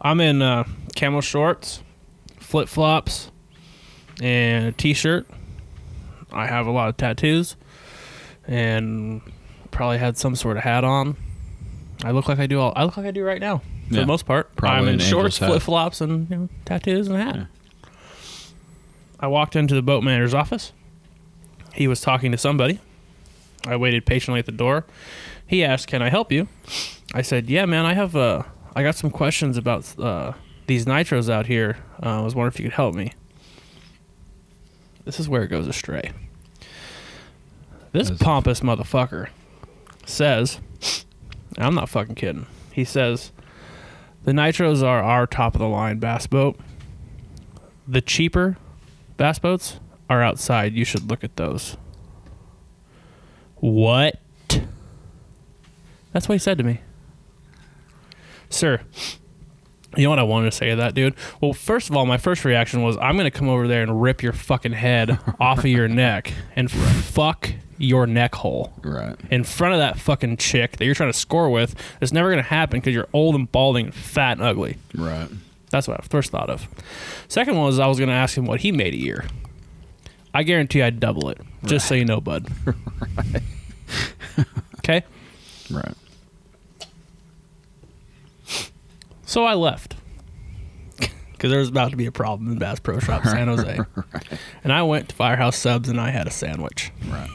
Speaker 4: I'm in uh, camel shorts, flip flops, and a t shirt. I have a lot of tattoos and probably had some sort of hat on. I look like I do all. I look like I do right now for
Speaker 3: Yeah.
Speaker 4: the most part.
Speaker 3: Probably
Speaker 4: I'm in
Speaker 3: an
Speaker 4: shorts,
Speaker 3: angel's hat.
Speaker 4: flip flops, and you know, tattoos and a hat. I walked into the boat manager's office. He was talking to somebody. I waited patiently at the door. He asked, "Can I help you?" I said, "Yeah, man. I have uh, I got some questions about uh, these nitros out here. Uh, I was wondering if you could help me." This is where it goes astray. This
Speaker 3: As-
Speaker 4: pompous motherfucker says, and I'm not fucking kidding. He says, the nitros are our top of the line bass boat. The cheaper bass boats are outside. You should look at those. What? That's what he said to me. Sir, you know what I wanted to say to that dude? Well, first of all, my first reaction was I'm going to come over there and rip your fucking head off of your neck and fuck your neck hole
Speaker 3: Right.
Speaker 4: in front of that fucking chick that you're trying to score with. It's never going to happen because you're old and balding and fat and ugly.
Speaker 3: Right.
Speaker 4: That's what I first thought of. Second one was I was going to ask him what he made a year. I guarantee I'd double it, just so you know, bud. okay?
Speaker 3: Right.
Speaker 4: So I left because there was about to be a problem in Bass Pro Shop San Jose. And I went to Firehouse Subs and I had a sandwich.
Speaker 3: Right.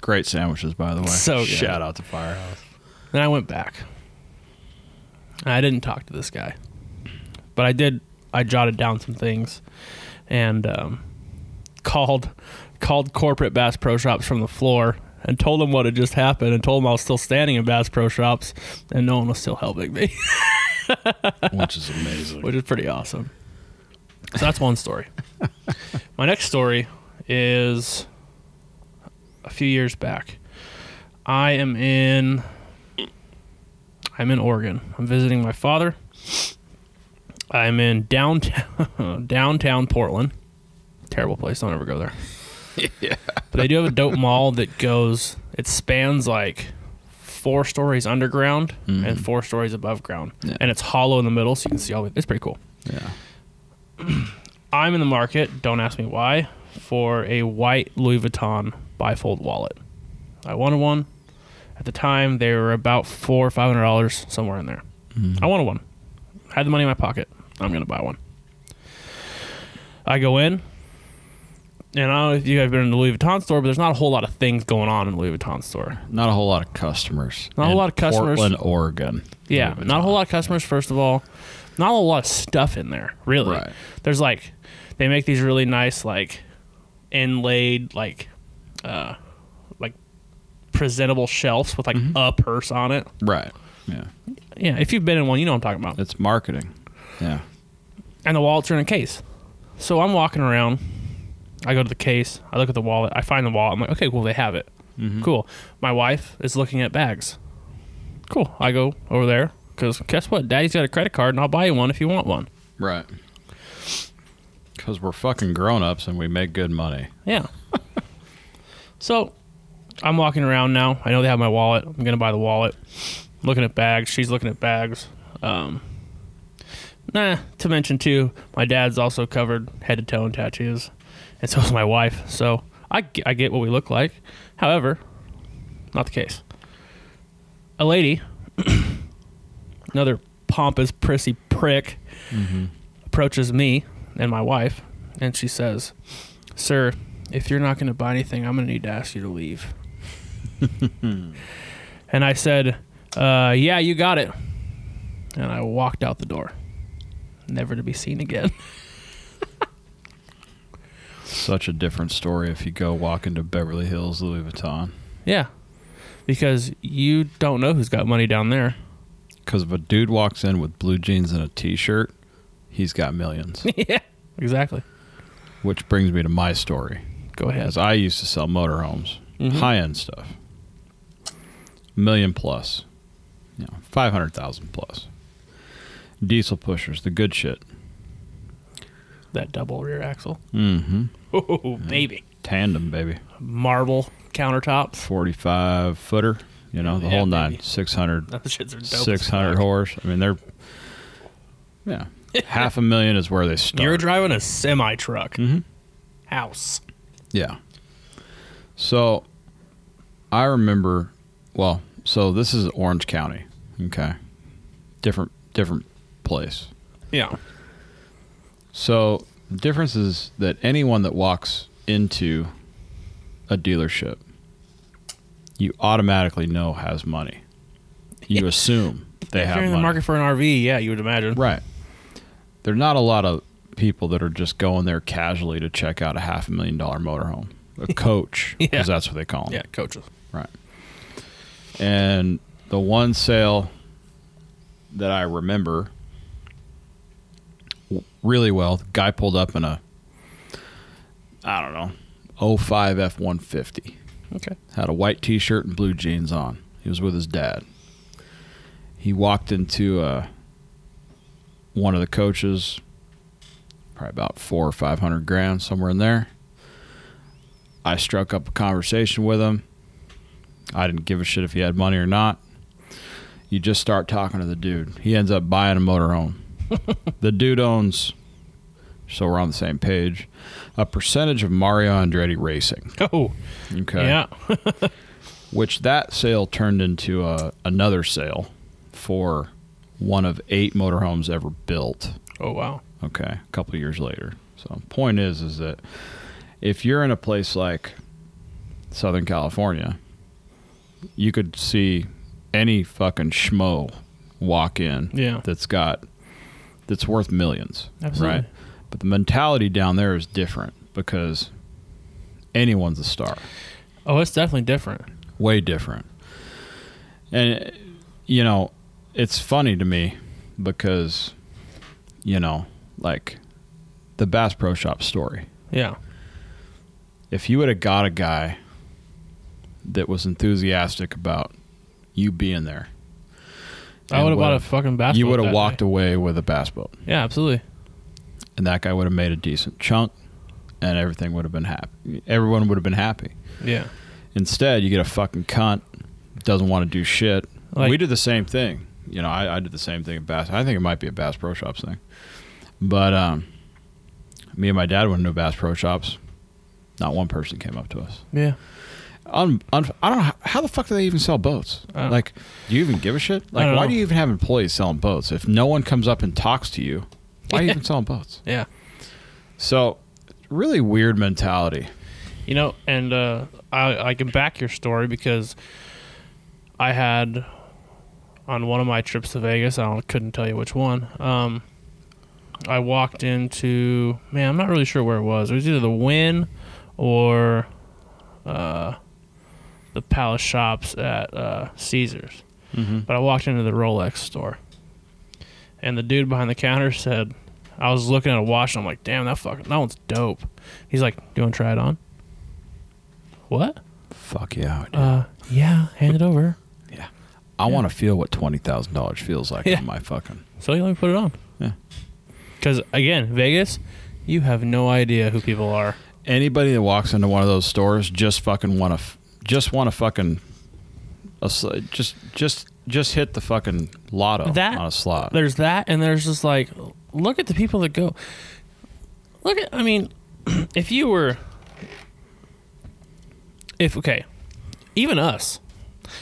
Speaker 3: Great sandwiches, by the way.
Speaker 4: So good.
Speaker 3: shout out to Firehouse.
Speaker 4: Then I went back. And I didn't talk to this guy, but I did. I jotted down some things, and um, called called corporate Bass Pro Shops from the floor and told them what had just happened and told them I was still standing in Bass Pro Shops and no one was still helping me,
Speaker 3: Which is amazing.
Speaker 4: which is pretty awesome. So that's one story. My next story is a few years back. I am in I'm in Oregon. I'm visiting my father. I'm in downtown downtown Portland. Terrible place. Don't ever go there. But they do have a dope mall that goes. It spans like four stories underground and four stories above ground,
Speaker 3: Yeah.
Speaker 4: and it's hollow in the middle, so you can see all. the It's pretty cool.
Speaker 3: Yeah.
Speaker 4: I'm in the market. Don't ask me why. For a white Louis Vuitton bifold wallet, I wanted one. At the time, they were about four or five hundred dollars somewhere in there. I wanted one. Had the money in my pocket. I'm gonna buy one. I go in, and I don't know if you guys have been in the Louis Vuitton store, but there's not a whole lot of things going on in the Louis Vuitton store.
Speaker 3: Not a whole lot of customers.
Speaker 4: Not a
Speaker 3: in
Speaker 4: lot of customers.
Speaker 3: Portland, Oregon.
Speaker 4: Yeah, not a whole lot of customers. First of all, not a whole lot of stuff in there. Really,
Speaker 3: Right.
Speaker 4: there's like they make these really nice like inlaid like uh like presentable shelves with like a purse on it.
Speaker 3: Right. Yeah.
Speaker 4: Yeah, if you've been in one, you know what I'm talking about.
Speaker 3: It's marketing. Yeah.
Speaker 4: and the wallets are in a case. So I'm walking around. I go to the case. I look at the wallet. I find the wallet. I'm like, okay, cool. They have it. Cool. My wife is looking at bags. Cool. I go over there because guess what? Daddy's got a credit card, and I'll buy you one if you want one.
Speaker 3: Right. Because we're fucking grown ups and we make good money.
Speaker 4: Yeah. so I'm walking around now. I know they have my wallet. I'm gonna buy the wallet. Looking at bags. She's looking at bags. Um, nah. To mention too, my dad's also covered head to toe in tattoos, and so is my wife. So I g- I get what we look like. However, not the case. A lady, another pompous, prissy prick, approaches me and my wife, and she says, Sir, if you're not going to buy anything, I'm going to need to ask you to leave. and I said, uh, Yeah, you got it. And I walked out the door. never to be seen again.
Speaker 3: Such a different story if you go walk into Beverly Hills Louis Vuitton
Speaker 4: yeah, because you don't know who's got money down there.
Speaker 3: because if a dude walks in with blue jeans and a t-shirt, he's got millions.
Speaker 4: yeah, exactly.
Speaker 3: Which brings me to my story.
Speaker 4: Go ahead.
Speaker 3: As I used to sell motorhomes,
Speaker 4: Mm-hmm.
Speaker 3: high end stuff, million plus, you know, five hundred thousand plus, diesel pushers, the good shit,
Speaker 4: That double rear axle.
Speaker 3: mm-hmm.
Speaker 4: Oh, baby.
Speaker 3: tandem baby,
Speaker 4: Marble countertops.
Speaker 3: forty five footer, you know, the
Speaker 4: Yeah,
Speaker 3: whole
Speaker 4: baby.
Speaker 3: nine, six hundred
Speaker 4: Those shits are dope. as
Speaker 3: six hundred
Speaker 4: fuck.
Speaker 3: horse. I mean, they're yeah, half a million is where they start.
Speaker 4: You're driving a semi truck.
Speaker 3: Mm-hmm.
Speaker 4: House.
Speaker 3: yeah. So, I remember. Well, so this is Orange County. Okay, different different place.
Speaker 4: Yeah.
Speaker 3: So the difference is that anyone that walks into a dealership, you automatically know has money. You assume they
Speaker 4: if
Speaker 3: have
Speaker 4: you're in
Speaker 3: money.
Speaker 4: the market for an RV, yeah, you would imagine.
Speaker 3: Right. There are not a lot of people that are just going there casually to check out a half a million dollar motorhome, a coach,
Speaker 4: Yeah.
Speaker 3: because that's what they call them.
Speaker 4: Yeah, coaches.
Speaker 3: Right. And the one sale that I remember w- really well, the guy pulled up in a, I don't know, 05 F 150
Speaker 4: Okay.
Speaker 3: had a white t-shirt and blue jeans on. He was with his dad. He walked into uh, one of the coaches, probably about four or five hundred grand, somewhere in there. I struck up a conversation with him. I didn't give a shit if he had money or not. You just start talking to the dude. He ends up buying a motorhome. the dude owns, so we're on the same page, a percentage of Mario Andretti Racing.
Speaker 4: Oh,
Speaker 3: Okay
Speaker 4: yeah.
Speaker 3: which that sale turned into a, another sale for one of eight motorhomes ever built.
Speaker 4: Oh, wow.
Speaker 3: Okay, a couple of years later. So point is, is that if you're in a place like Southern California, you could see any fucking schmo walk in
Speaker 4: Yeah.
Speaker 3: that's got that's worth millions,
Speaker 4: Absolutely.
Speaker 3: right? But the mentality down there is different because anyone's a star
Speaker 4: Oh, it's definitely different.
Speaker 3: way different. And you know, it's funny to me because you know, like the Bass Pro Shop story.
Speaker 4: Yeah.
Speaker 3: If you would have got a guy that was enthusiastic about you being there,
Speaker 4: I would have bought a
Speaker 3: would've-
Speaker 4: fucking basketball.
Speaker 3: you would have walked away with a bass boat,
Speaker 4: Yeah, absolutely.
Speaker 3: and that guy would have made a decent chunk, and everything would have been happy. Everyone would have been happy.
Speaker 4: Yeah.
Speaker 3: Instead, you get a fucking cunt doesn't want to do shit.
Speaker 4: Like-
Speaker 3: we did the same thing. You know, I, I did the same thing at Bass. I think it might be a Bass Pro Shops thing, but um, me and my dad went into Bass Pro Shops. Not one person came up to us.
Speaker 4: Yeah.
Speaker 3: Un, un, I don't know how, how the fuck do they even sell boats.
Speaker 4: I don't-
Speaker 3: Like, do you even give a shit? Like,
Speaker 4: don't
Speaker 3: why
Speaker 4: know.
Speaker 3: do you even have employees selling boats if no one comes up and talks to you? Why are you even selling boats?
Speaker 4: Yeah.
Speaker 3: So, really weird mentality.
Speaker 4: You know, and uh, I, I can back your story because I had on one of my trips to Vegas, I don't- couldn't tell you which one. Um, I walked into, man, I'm not really sure where it was. It was either the Win or uh, the Palace Shops at uh, Caesars. But I walked into the Rolex store, and the dude behind the counter said, I was looking at a watch, and I'm like, damn, that fucking, that one's dope. He's like, do you want to try it on? What?
Speaker 3: Fuck yeah. dude.
Speaker 4: Uh, yeah, hand it over.
Speaker 3: I want to feel what twenty thousand dollars feels like
Speaker 4: Yeah.
Speaker 3: on my fucking.
Speaker 4: So you let me put it on.
Speaker 3: Yeah.
Speaker 4: Because again, Vegas, you have no idea who people are.
Speaker 3: Anybody that walks into one of those stores just fucking want to, f- just want to fucking, a sl- just just just hit the fucking lotto
Speaker 4: That-
Speaker 3: on a slot.
Speaker 4: There's that, and there's just like, look at the people that go. Look at, I mean, if you were, if okay, even us.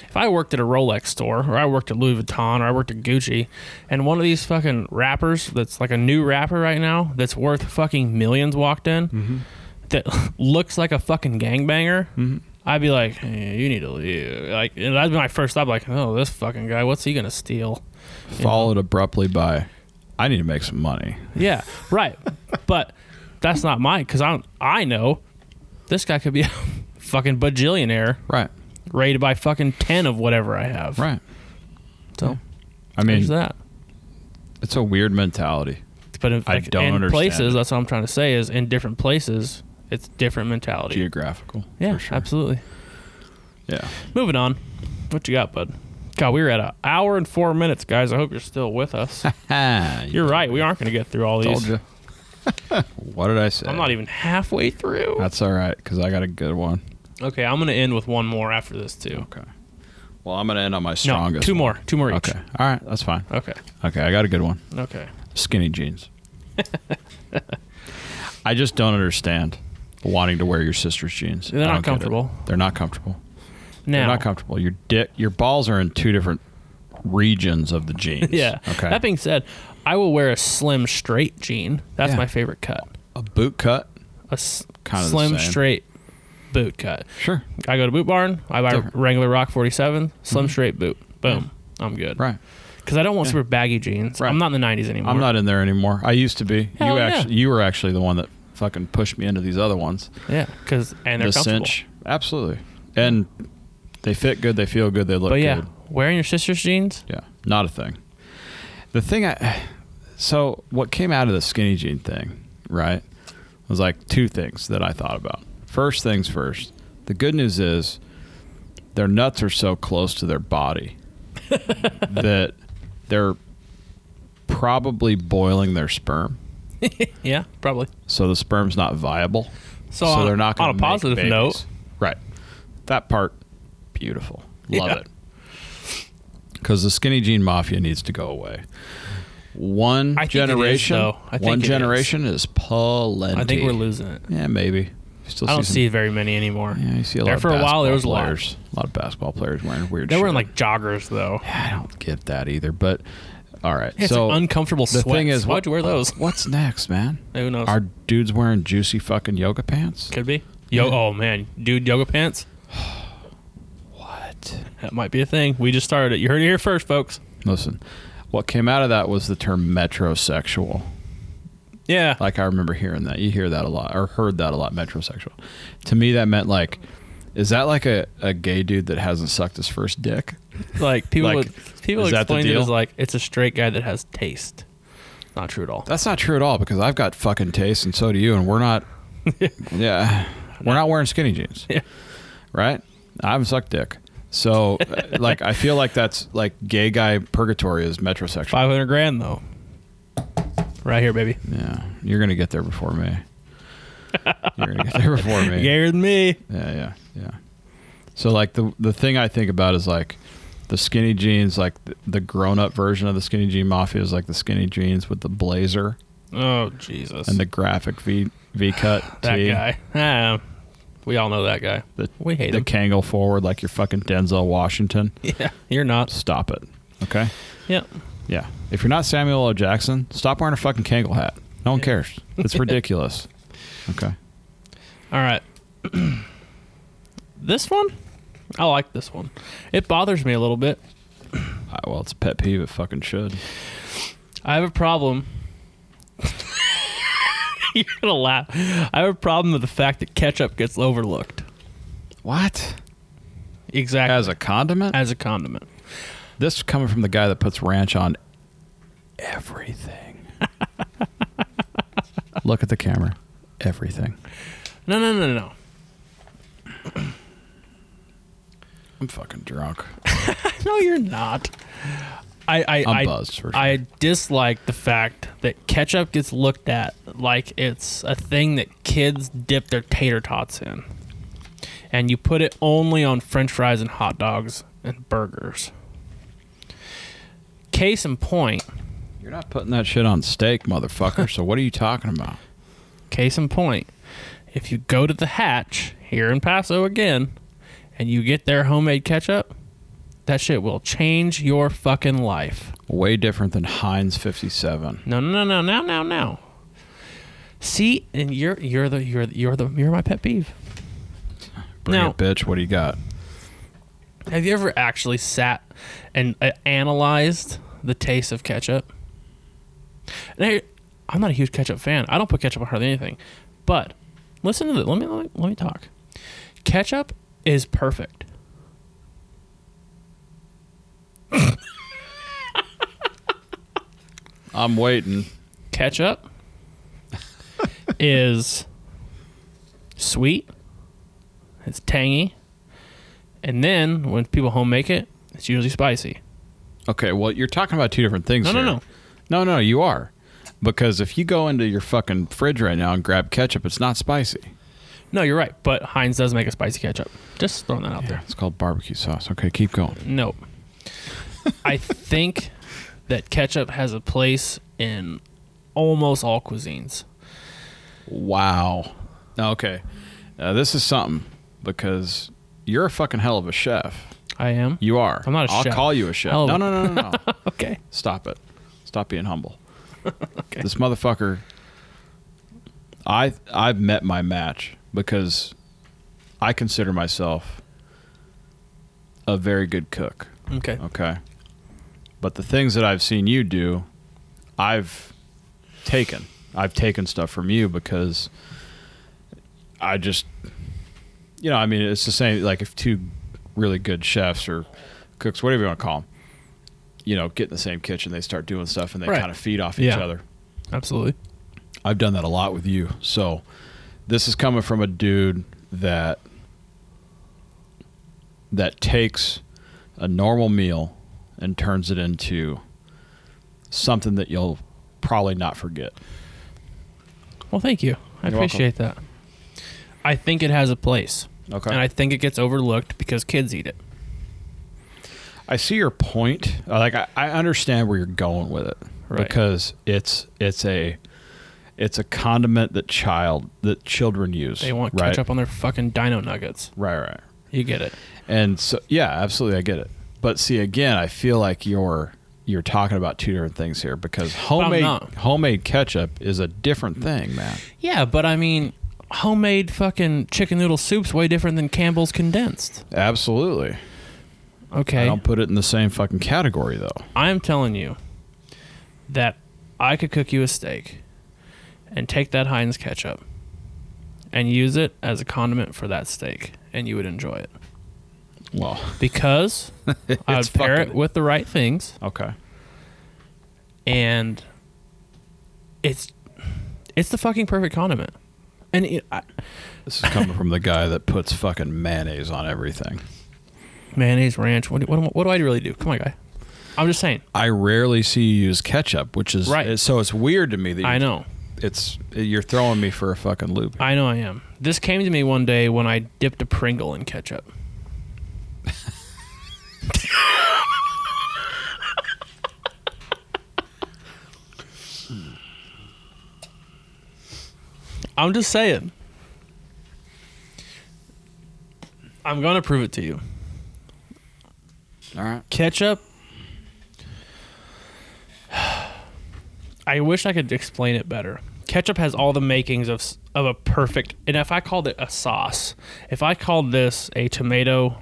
Speaker 4: If I worked at a Rolex store, or I worked at Louis Vuitton, or I worked at Gucci, and one of these fucking rappers that's like a new rapper right now that's worth fucking millions walked in, that looks like a fucking gangbanger, I'd be like, "Eh, you need to leave. Like, and that'd be my first thought, like, oh, this fucking guy, what's he gonna steal?
Speaker 3: followed abruptly by, I need to make some money.
Speaker 4: Yeah, right. but that's not mine because I I know this guy could be a fucking bajillionaire
Speaker 3: Right.
Speaker 4: ready to buy fucking ten of whatever I have.
Speaker 3: Right.
Speaker 4: So
Speaker 3: I
Speaker 4: there's
Speaker 3: mean,
Speaker 4: that.
Speaker 3: it's a weird mentality.
Speaker 4: But in,
Speaker 3: I
Speaker 4: like,
Speaker 3: don't
Speaker 4: in
Speaker 3: understand
Speaker 4: places,
Speaker 3: it.
Speaker 4: that's what I'm trying to say is in different places, it's different mentality.
Speaker 3: Geographical.
Speaker 4: yeah,
Speaker 3: for sure.
Speaker 4: absolutely.
Speaker 3: Yeah.
Speaker 4: Moving on. What you got, bud? God, we were at an hour and four minutes, guys. I hope you're still with us. You're right. We aren't going to get through all
Speaker 3: Told
Speaker 4: these.
Speaker 3: you. what did I say?
Speaker 4: I'm not even halfway through.
Speaker 3: That's all right because I got a good one.
Speaker 4: okay, I'm going to end with one more after this, too.
Speaker 3: Okay. Well, I'm gonna end on my
Speaker 4: No,
Speaker 3: strongest.
Speaker 4: two
Speaker 3: one.
Speaker 4: more. Two more each.
Speaker 3: Okay. All right. That's fine.
Speaker 4: Okay.
Speaker 3: Okay. I got a good one.
Speaker 4: Okay.
Speaker 3: Skinny jeans. I just don't understand wanting to wear your sister's jeans.
Speaker 4: They're
Speaker 3: I
Speaker 4: not
Speaker 3: don't get it.
Speaker 4: comfortable.
Speaker 3: They're not comfortable. They're
Speaker 4: Now,
Speaker 3: not comfortable. Your dick, your balls are in two different regions of the jeans.
Speaker 4: yeah.
Speaker 3: Okay.
Speaker 4: That being said, I will wear a slim straight jean. That's
Speaker 3: Yeah.
Speaker 4: my favorite cut.
Speaker 3: a boot cut.
Speaker 4: A s-
Speaker 3: Kinda the
Speaker 4: slim
Speaker 3: same.
Speaker 4: straight boot cut.
Speaker 3: Sure.
Speaker 4: I go to Boot Barn. I buy
Speaker 3: Different.
Speaker 4: Wrangler Rock 47, slim straight boot. Boom. I'm good.
Speaker 3: Mm-hmm. Right.
Speaker 4: Because I don't want super baggy jeans.
Speaker 3: Right.
Speaker 4: I'm not in the 90s anymore.
Speaker 3: I'm not in there anymore. I used to be. you
Speaker 4: Hell yeah.
Speaker 3: actually, you were actually the one that fucking pushed me into these other ones.
Speaker 4: Yeah. Because, and they're
Speaker 3: the
Speaker 4: comfortable.
Speaker 3: cinch, absolutely, and they fit good. They feel good. They look
Speaker 4: But yeah,
Speaker 3: good.
Speaker 4: wearing your sister's jeans,
Speaker 3: Yeah, not a thing. The thing I so what came out of the skinny jean thing, right, was like two things that I thought about. First things first. The good news is their nuts are so close to their body that they're probably boiling their sperm.
Speaker 4: yeah, probably.
Speaker 3: So the sperm's not viable.
Speaker 4: So,
Speaker 3: so
Speaker 4: on,
Speaker 3: they're not
Speaker 4: on
Speaker 3: gonna
Speaker 4: a
Speaker 3: make
Speaker 4: positive
Speaker 3: babies.
Speaker 4: note,
Speaker 3: Right. That part, beautiful. Love
Speaker 4: Yeah.
Speaker 3: it. Because the skinny jean mafia needs to go away. One
Speaker 4: I think it is,
Speaker 3: generation,
Speaker 4: though. I think
Speaker 3: one
Speaker 4: it is.
Speaker 3: generation is, plenty.
Speaker 4: I think we're losing it.
Speaker 3: Yeah, maybe. You Still
Speaker 4: I don't
Speaker 3: some-
Speaker 4: see very many anymore.
Speaker 3: Yeah, you see a
Speaker 4: There
Speaker 3: lot
Speaker 4: for
Speaker 3: of
Speaker 4: a while,
Speaker 3: basketball
Speaker 4: there was a lot.
Speaker 3: players. A lot of basketball players wearing weird.
Speaker 4: They
Speaker 3: shit.
Speaker 4: were in like joggers though.
Speaker 3: I don't get that either. But all right,
Speaker 4: It's
Speaker 3: so
Speaker 4: an uncomfortable
Speaker 3: the
Speaker 4: sweat.
Speaker 3: thing is,
Speaker 4: why'd
Speaker 3: what-
Speaker 4: you wear those?
Speaker 3: What's next, man?
Speaker 4: Who knows?
Speaker 3: Are dudes wearing juicy fucking yoga pants?
Speaker 4: Could be. Yo, oh man, dude, yoga pants.
Speaker 3: What?
Speaker 4: That might be a thing. We just started it. You heard it here first, folks.
Speaker 3: Listen, what came out of that was the term metrosexual.
Speaker 4: Yeah,
Speaker 3: Like I remember hearing that. You hear that a lot or heard that a lot, metrosexual. To me that meant like is that like a, a gay dude that hasn't sucked his first dick?
Speaker 4: like people
Speaker 3: like,
Speaker 4: would people
Speaker 3: is that the
Speaker 4: explained it
Speaker 3: deal?
Speaker 4: as like it's a straight guy that has taste. Not true at all.
Speaker 3: That's not true at all because I've got fucking taste and so do you and we're not Yeah. We're not wearing skinny jeans.
Speaker 4: Yeah.
Speaker 3: Right? I haven't sucked dick. So uh, like I feel like that's like gay guy purgatory is metrosexual.
Speaker 4: Five hundred grand though. Right here, baby.
Speaker 3: Yeah. You're gonna get there before me. You're gonna get there before me.
Speaker 4: Gayer than me.
Speaker 3: Yeah, yeah, yeah. So like the the thing I think about is like the skinny jeans, like the, the grown up version of the skinny jean mafia is like the skinny jeans with the blazer
Speaker 4: Oh Jesus.
Speaker 3: and the graphic V V cut
Speaker 4: that
Speaker 3: tee,
Speaker 4: guy. Ah, we all know that guy.
Speaker 3: the
Speaker 4: We hate
Speaker 3: the
Speaker 4: him.
Speaker 3: Kangol forward like you're fucking Denzel Washington.
Speaker 4: Yeah, you're not.
Speaker 3: Stop it, okay?
Speaker 4: Yeah.
Speaker 3: Yeah, if you're not Samuel L. Jackson, stop wearing a fucking Kangol hat. No one cares. It's ridiculous. Okay.
Speaker 4: All right. this one, I like this one. It bothers me a little bit.
Speaker 3: Uh, well, it's a pet peeve. It fucking should.
Speaker 4: I have a problem. You're gonna laugh. I have a problem with the fact that ketchup gets overlooked.
Speaker 3: What?
Speaker 4: Exactly.
Speaker 3: As a condiment?
Speaker 4: As a condiment.
Speaker 3: This is coming from the guy that puts ranch on everything. Look at the camera. Everything.
Speaker 4: No, no, no, no, no.
Speaker 3: I'm fucking drunk.
Speaker 4: No, you're not. I I
Speaker 3: I'm
Speaker 4: I,
Speaker 3: buzzed for sure.
Speaker 4: I dislike the fact that ketchup gets looked at like it's a thing that kids dip their tater tots in. And you put it only on french fries and hot dogs and burgers. Case in point,
Speaker 3: You're not putting that shit on steak, motherfucker. so what are you talking about?
Speaker 4: case in point, if you go to the hatch here in Paso again and you get their homemade ketchup, that shit will change your fucking life.
Speaker 3: Way different than Heinz 57.
Speaker 4: No, no, no, no, no, no, no. See, and you're you're the you're the, you're the you're my pet peeve.
Speaker 3: Bring
Speaker 4: Now-
Speaker 3: it, bitch. What do you got?
Speaker 4: Have you ever actually sat and uh, analyzed the taste of ketchup? And I, I'm not a huge ketchup fan. I don't put ketchup on hardly anything. But listen to this. Let me let me, let me talk. Ketchup is perfect.
Speaker 3: I'm waiting.
Speaker 4: Ketchup is sweet. It's tangy. And then when people home make it, it's usually spicy.
Speaker 3: Okay, well, you're talking about two different things.
Speaker 4: No, no,
Speaker 3: here.
Speaker 4: no.
Speaker 3: no, no. You are, because if you go into your fucking fridge right now and grab ketchup, it's not spicy.
Speaker 4: No, you're right. But Heinz does make a spicy ketchup. Just throwing that out there.
Speaker 3: It's called barbecue sauce. Okay, keep going.
Speaker 4: No. I think that ketchup has a place in almost all cuisines.
Speaker 3: Wow. Okay, uh, this is something because you're a fucking hell of a chef.
Speaker 4: I am.
Speaker 3: You are.
Speaker 4: I'm not a
Speaker 3: I'll
Speaker 4: chef.
Speaker 3: call you a chef.
Speaker 4: Hell of
Speaker 3: No,
Speaker 4: a-
Speaker 3: no, no, no, no.
Speaker 4: okay.
Speaker 3: Stop it. Stop being humble. This motherfucker. I I've met my match because I consider myself a very good cook.
Speaker 4: Okay.
Speaker 3: Okay. But the things that I've seen you do, I've taken. I've taken stuff from you because I just, you know, I mean, it's the same. Like if two really good chefs or cooks, whatever you want to call them, you know, get in the same kitchen, they start doing stuff and they
Speaker 4: Right.
Speaker 3: kind of feed off each
Speaker 4: Yeah.
Speaker 3: other.
Speaker 4: Absolutely.
Speaker 3: I've done that a lot with you. So this is coming from a dude that that takes a normal meal and turns it into something that you'll probably not forget.
Speaker 4: Well, thank you. I
Speaker 3: You're welcome.
Speaker 4: appreciate that. I think it has a place.
Speaker 3: Okay.
Speaker 4: And I think it gets overlooked because kids eat it.
Speaker 3: I see your point. Uh, Like I, I understand where you're going with it
Speaker 4: Right.
Speaker 3: because it's it's a it's a condiment that child that children use.
Speaker 4: They want
Speaker 3: right?
Speaker 4: ketchup on their fucking dino nuggets.
Speaker 3: Right, right.
Speaker 4: You get it.
Speaker 3: And so, yeah, absolutely, I get it. But see, again, I feel like you're you're talking about two different things here because homemade
Speaker 4: not.
Speaker 3: homemade ketchup is a different thing, man.
Speaker 4: Yeah, but I mean, homemade fucking chicken noodle soup's way different than Campbell's condensed.
Speaker 3: Absolutely, I
Speaker 4: Okay.
Speaker 3: don't put it in the same fucking category though.
Speaker 4: I'm telling you that I could cook you a steak and take that Heinz ketchup and use it as a condiment for that steak, and you would enjoy it
Speaker 3: Well,
Speaker 4: because I
Speaker 3: It's
Speaker 4: would pair it
Speaker 3: fucking-
Speaker 4: with the right things,
Speaker 3: okay,
Speaker 4: and it's it's the fucking perfect condiment. And it, I,
Speaker 3: this is coming from the guy that puts fucking mayonnaise on everything.
Speaker 4: mayonnaise, ranch. What do, what, do- what do I really do? Come on, guy. I'm just saying.
Speaker 3: I rarely see you use ketchup, which is
Speaker 4: Right.
Speaker 3: So it's weird to me that you,
Speaker 4: I know.
Speaker 3: it's you're throwing me for a fucking loop.
Speaker 4: I know I am. This came to me one day when I dipped a Pringle in ketchup. I'm just saying. I'm going to prove it to you.
Speaker 3: All right,
Speaker 4: Ketchup. I wish I could explain it better. Ketchup has all the makings of s- of a perfect. And if I called it a sauce, if I called this a tomato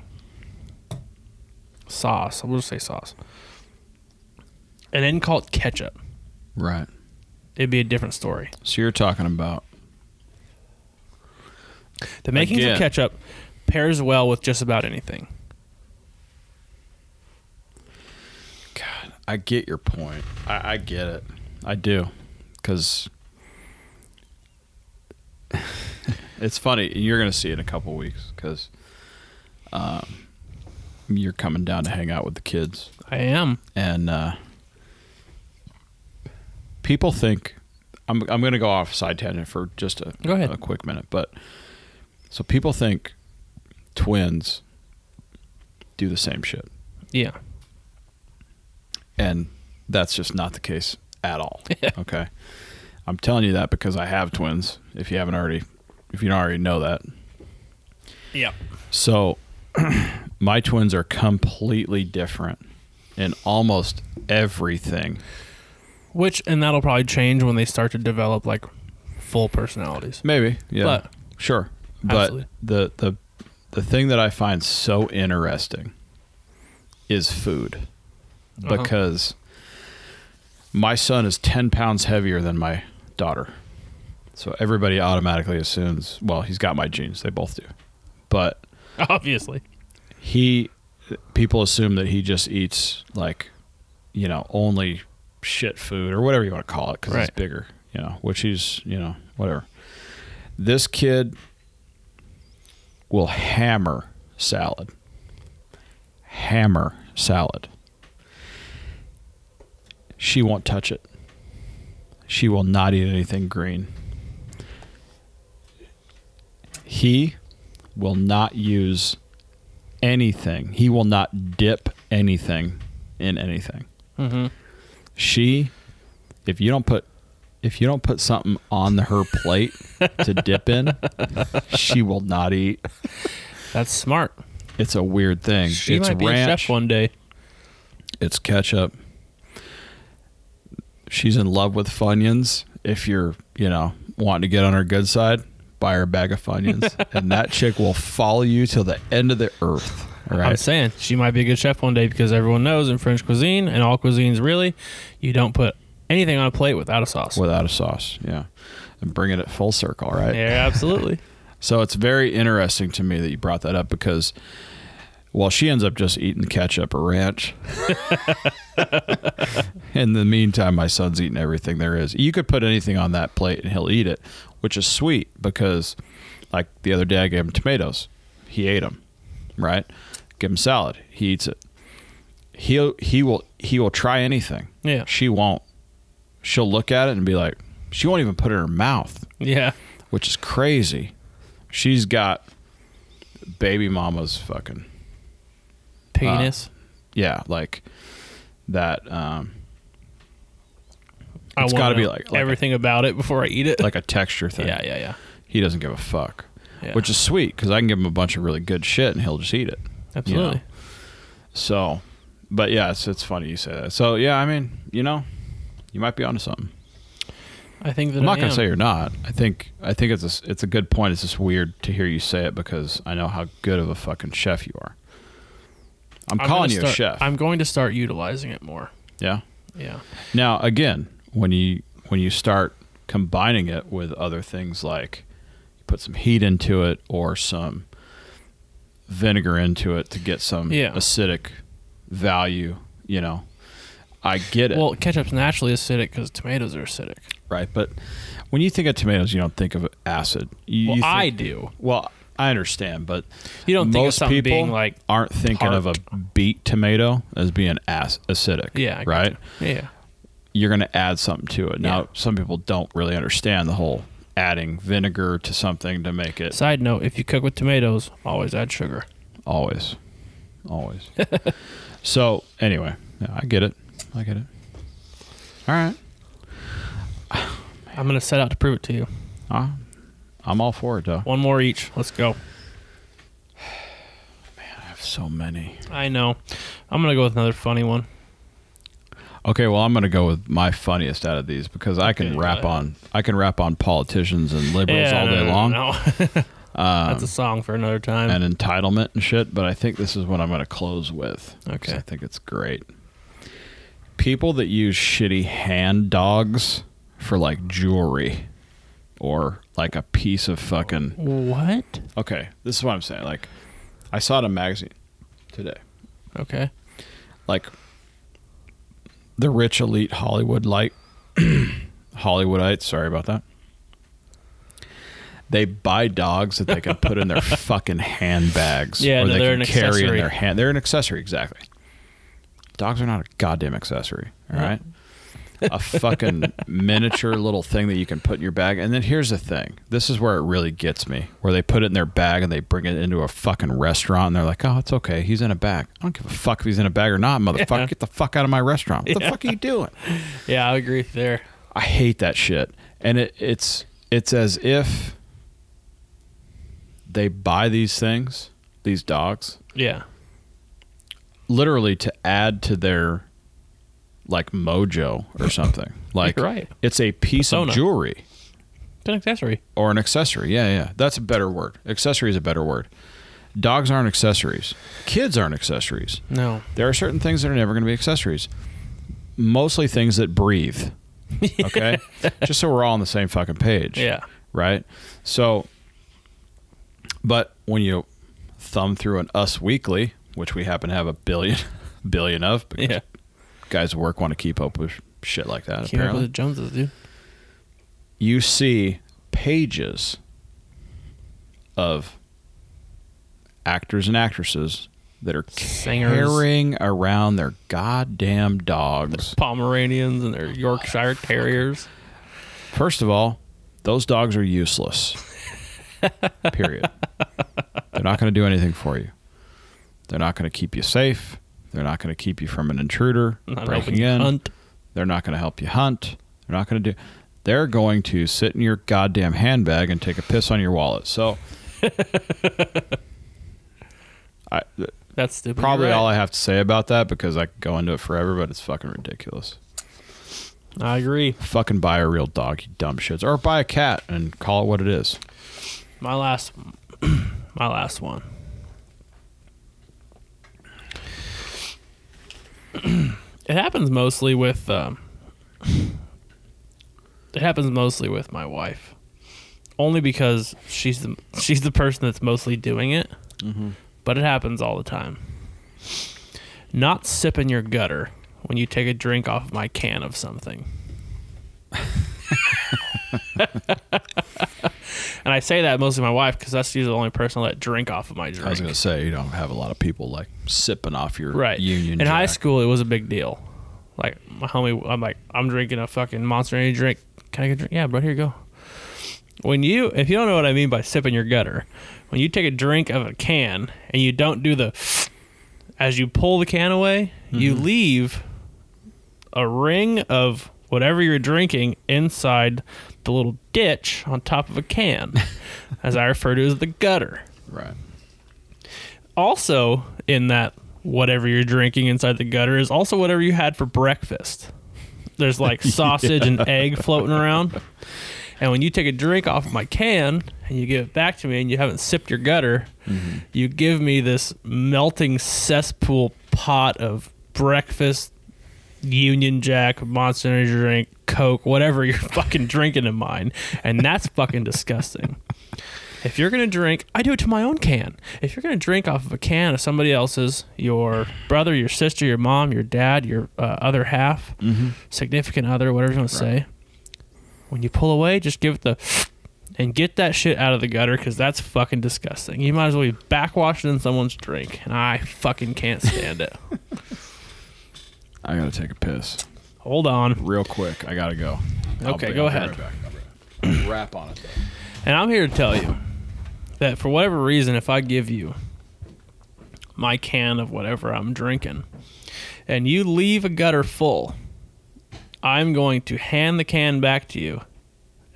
Speaker 4: sauce, we'll just say sauce, and then call it ketchup,
Speaker 3: right.
Speaker 4: it'd be a different story.
Speaker 3: So you're talking about
Speaker 4: The makings
Speaker 3: Again.
Speaker 4: of ketchup pairs well with just about anything.
Speaker 3: I get your point. I, I get it. I do, because it's funny. and You're gonna see it in a couple weeks because um, you're coming down to hang out with the kids,
Speaker 4: I am.
Speaker 3: and uh, people think I'm I'm gonna go off side tangent for just a
Speaker 4: Go ahead.
Speaker 3: a quick minute, but so people think twins do the same shit,
Speaker 4: Yeah.
Speaker 3: and that's just not the case at all. okay, I'm telling you that because I have twins. If you haven't already, if you don't already know that,
Speaker 4: Yeah.
Speaker 3: so my twins are completely different in almost everything.
Speaker 4: Which and that'll probably change when they start to develop like full personalities.
Speaker 3: Maybe, yeah,
Speaker 4: But-
Speaker 3: sure.
Speaker 4: Absolutely.
Speaker 3: But the the the thing that I find so interesting is food,
Speaker 4: Uh-huh.
Speaker 3: because my son is 10 pounds heavier than my daughter. So everybody automatically assumes, well, he's got my genes. They both do. But
Speaker 4: Obviously.
Speaker 3: he, people assume that he just eats like, you know, only shit food or whatever you want to call it because he's
Speaker 4: Right.
Speaker 3: bigger, you know, which he's, you know, whatever. This kid will hammer salad. Hammer salad. She won't touch it. She will not eat anything green. He will not use anything. He will not dip anything in anything.
Speaker 4: Mm-hmm.
Speaker 3: She, if you don't put, if you don't put something on her plate to dip in, she will not eat.
Speaker 4: That's smart.
Speaker 3: It's a weird thing.
Speaker 4: She
Speaker 3: it's
Speaker 4: might be a
Speaker 3: ranch.
Speaker 4: chef one day.
Speaker 3: It's ketchup. She's in love with Funyuns. If you're, you know, wanting to get on her good side, buy her a bag of Funyuns, and that chick will follow you till the end of the earth. All
Speaker 4: I'm
Speaker 3: right.
Speaker 4: saying she might be a good chef one day because everyone knows in French cuisine and all cuisines really, you don't put anything on a plate without a sauce.
Speaker 3: Without a sauce, yeah, and bringing it full circle, right?
Speaker 4: Yeah, absolutely.
Speaker 3: So it's very interesting to me that you brought that up because, well, she ends up just eating ketchup or ranch. In the meantime, my son's eating everything there is. You could put anything on that plate and he'll eat it, which is sweet because, like the other day, I gave him tomatoes. He ate them, right? Give him salad. He eats it. He'll he will he will try anything.
Speaker 4: Yeah.
Speaker 3: She won't. She'll look at it and be like, she won't even put it in her mouth
Speaker 4: yeah.
Speaker 3: which is crazy. She's got baby mama's fucking
Speaker 4: Penis.
Speaker 3: Uh, yeah, like that um
Speaker 4: I
Speaker 3: it's gotta
Speaker 4: wanna
Speaker 3: be
Speaker 4: know
Speaker 3: like- like
Speaker 4: everything about it before I eat it.
Speaker 3: like a texture thing.
Speaker 4: yeah, yeah, yeah.
Speaker 3: He doesn't give a fuck.
Speaker 4: Yeah.
Speaker 3: Which is sweet cuz I can give him a bunch of really good shit and he'll just eat it.
Speaker 4: Absolutely.
Speaker 3: So, but yeah, it's, it's funny you say that. So, yeah, I mean, you know, you might be onto something.
Speaker 4: I think that
Speaker 3: I'm not
Speaker 4: I
Speaker 3: going
Speaker 4: am.
Speaker 3: to say you're not. I think I think it's a, s- it's a good point. It's just weird to hear you say it because I know how good of a fucking chef you are. I'm,
Speaker 4: I'm
Speaker 3: calling
Speaker 4: gonna
Speaker 3: you a
Speaker 4: start-
Speaker 3: chef.
Speaker 4: I'm going to start utilizing it more.
Speaker 3: yeah.
Speaker 4: Yeah.
Speaker 3: Now again, when you when you start combining it with other things like you put some heat into it or some vinegar into it to get some
Speaker 4: Yeah.
Speaker 3: acidic value, you know. I get it,
Speaker 4: Well, ketchup's naturally acidic because tomatoes are acidic.
Speaker 3: right? But when you think of tomatoes, you don't think of acid. You,
Speaker 4: Well,
Speaker 3: you think-
Speaker 4: I do.
Speaker 3: Well, I understand, but
Speaker 4: You don't think of
Speaker 3: most
Speaker 4: something
Speaker 3: people
Speaker 4: being like.
Speaker 3: aren't thinking of a beet tomato as being ass acidic.
Speaker 4: Yeah. I gotcha.
Speaker 3: right.
Speaker 4: Yeah.
Speaker 3: You're going to add something to it. Now,
Speaker 4: Yeah.
Speaker 3: some people don't really understand the whole adding vinegar to something to make it
Speaker 4: Side note: If you cook with tomatoes, always add sugar.
Speaker 3: always, always. so anyway, yeah, I get it. I get it. All right,
Speaker 4: I'm gonna set out to prove it to you.
Speaker 3: Ah, I'm all for it though.
Speaker 4: One more each. Let's go.
Speaker 3: I have so many.
Speaker 4: I know. I'm gonna go with another funny one.
Speaker 3: Okay, well, I'm going to go with my funniest out of these because I can
Speaker 4: Okay,
Speaker 3: rap
Speaker 4: go ahead.
Speaker 3: on I can rap on politicians and liberals all
Speaker 4: no,
Speaker 3: day
Speaker 4: no, no,
Speaker 3: long Um,
Speaker 4: no. That's a song for another time.
Speaker 3: and entitlement and shit, but I think this is what I'm going to close with. 'cause
Speaker 4: Okay.
Speaker 3: I think it's great. People that use shitty hand dogs for like jewelry or like a piece of fucking
Speaker 4: what?
Speaker 3: Okay, this is what I'm saying. Like I saw it in a magazine today.
Speaker 4: Okay.
Speaker 3: like the rich elite Hollywood light Hollywoodites, sorry about that. They buy dogs that they can put in their fucking handbags.
Speaker 4: Yeah,
Speaker 3: or
Speaker 4: no,
Speaker 3: they
Speaker 4: they're
Speaker 3: can
Speaker 4: an
Speaker 3: carry in
Speaker 4: accessory.
Speaker 3: their hand. They're an accessory, exactly. Dogs are not a goddamn accessory. All right. a fucking miniature little thing that you can put in your bag. And then here's the thing. This is where it really gets me. Where they put it in their bag and they bring it into a fucking restaurant and they're like, "Oh, it's okay. He's in a bag. I don't give a fuck if he's in a bag or not, motherfucker.
Speaker 4: Yeah.
Speaker 3: Get the fuck out of my restaurant. What the fuck are you doing?"
Speaker 4: Yeah, I agree with you there.
Speaker 3: I hate that shit. And it, it's it's as if they buy these things, these dogs,
Speaker 4: Yeah.
Speaker 3: literally to add to their like mojo or something. Like
Speaker 4: You're right.
Speaker 3: it's a piece
Speaker 4: Persona.
Speaker 3: of jewelry
Speaker 4: It's an accessory.
Speaker 3: or an accessory. Yeah, yeah. That's a better word. Accessory is a better word. Dogs aren't accessories. Kids aren't accessories.
Speaker 4: No.
Speaker 3: There are certain things that are never going to be accessories. mostly things that breathe. Okay? Just so we're all on the same fucking page.
Speaker 4: Yeah.
Speaker 3: Right? So but when you thumb through an Us Weekly, which we happen to have a billion billion of because
Speaker 4: Yeah.
Speaker 3: guys at work want to keep up with shit like that
Speaker 4: Keep up
Speaker 3: apparently
Speaker 4: with the Joneses, dude.
Speaker 3: you see pages of actors and actresses that are
Speaker 4: Singers.
Speaker 3: carrying around their goddamn dogs.
Speaker 4: Pomeranians and their Yorkshire Terriers.
Speaker 3: First of all, those dogs are useless. Period. They're not going to do anything for you. They're not going to keep you safe. They're not going to keep you from an intruder
Speaker 4: Not
Speaker 3: breaking
Speaker 4: helping
Speaker 3: in.
Speaker 4: Hunt.
Speaker 3: They're not going to help you hunt. They're not going to do. They're going to sit in your goddamn handbag and take a piss on your wallet. So, I, th-
Speaker 4: That's stupid.
Speaker 3: probably
Speaker 4: You're
Speaker 3: all
Speaker 4: right.
Speaker 3: I have to say about that because I could go into it forever, but it's fucking ridiculous.
Speaker 4: I agree.
Speaker 3: Fucking buy a real dog, you dumb shits, or buy a cat and call it what it is.
Speaker 4: My last, my last one. it happens mostly with. Um, it happens mostly with my wife, only because she's the she's the person that's mostly doing it.
Speaker 3: Mm-hmm.
Speaker 4: But it happens all the time. Not sipping your gutter when you take a drink off of my can of something. And I say that mostly to my wife because that's usually the only person I let drink off of my drink.
Speaker 3: I was gonna say you don't have a lot of people like sipping off your
Speaker 4: right.
Speaker 3: union.
Speaker 4: in high
Speaker 3: Jack.
Speaker 4: school, it was a big deal. Like my homie, I'm like, I'm drinking a fucking Monster Energy drink. Can I get a drink? Yeah, bro. Here you go. When you, if you don't know what I mean by sipping your gutter, when you take a drink of a can and you don't do the, as you pull the can away, you
Speaker 3: Mm-hmm.
Speaker 4: leave a ring of whatever you're drinking inside the little ditch on top of a can, as I refer to as the gutter
Speaker 3: right?
Speaker 4: also in that whatever you're drinking inside the gutter is also whatever you had for breakfast. There's like sausage and egg floating around. And when you take a drink off my can and you give it back to me and you haven't sipped your gutter, you give me this melting cesspool pot of breakfast, Union Jack, Monster Energy drink, Coke, whatever you're fucking drinking in mine. And that's fucking disgusting. If you're gonna drink, I do it to my own can. If you're gonna drink off of a can of somebody else's, your brother, your sister, your mom, your dad, your uh, other half, significant other, whatever you want to say, when you pull away, just give it the and get that shit out of the gutter because that's fucking disgusting. You might as well be backwashing in someone's drink, and I fucking can't stand it.
Speaker 3: I gotta take a piss
Speaker 4: Hold on,
Speaker 3: real quick. I gotta go. I'll
Speaker 4: Okay,
Speaker 3: be-
Speaker 4: go
Speaker 3: I'll be
Speaker 4: ahead.
Speaker 3: right back. I'll be right back. Wrap on it. Though.
Speaker 4: and I'm here to tell you that for whatever reason, if I give you my can of whatever I'm drinking, and you leave a gutter full, I'm going to hand the can back to you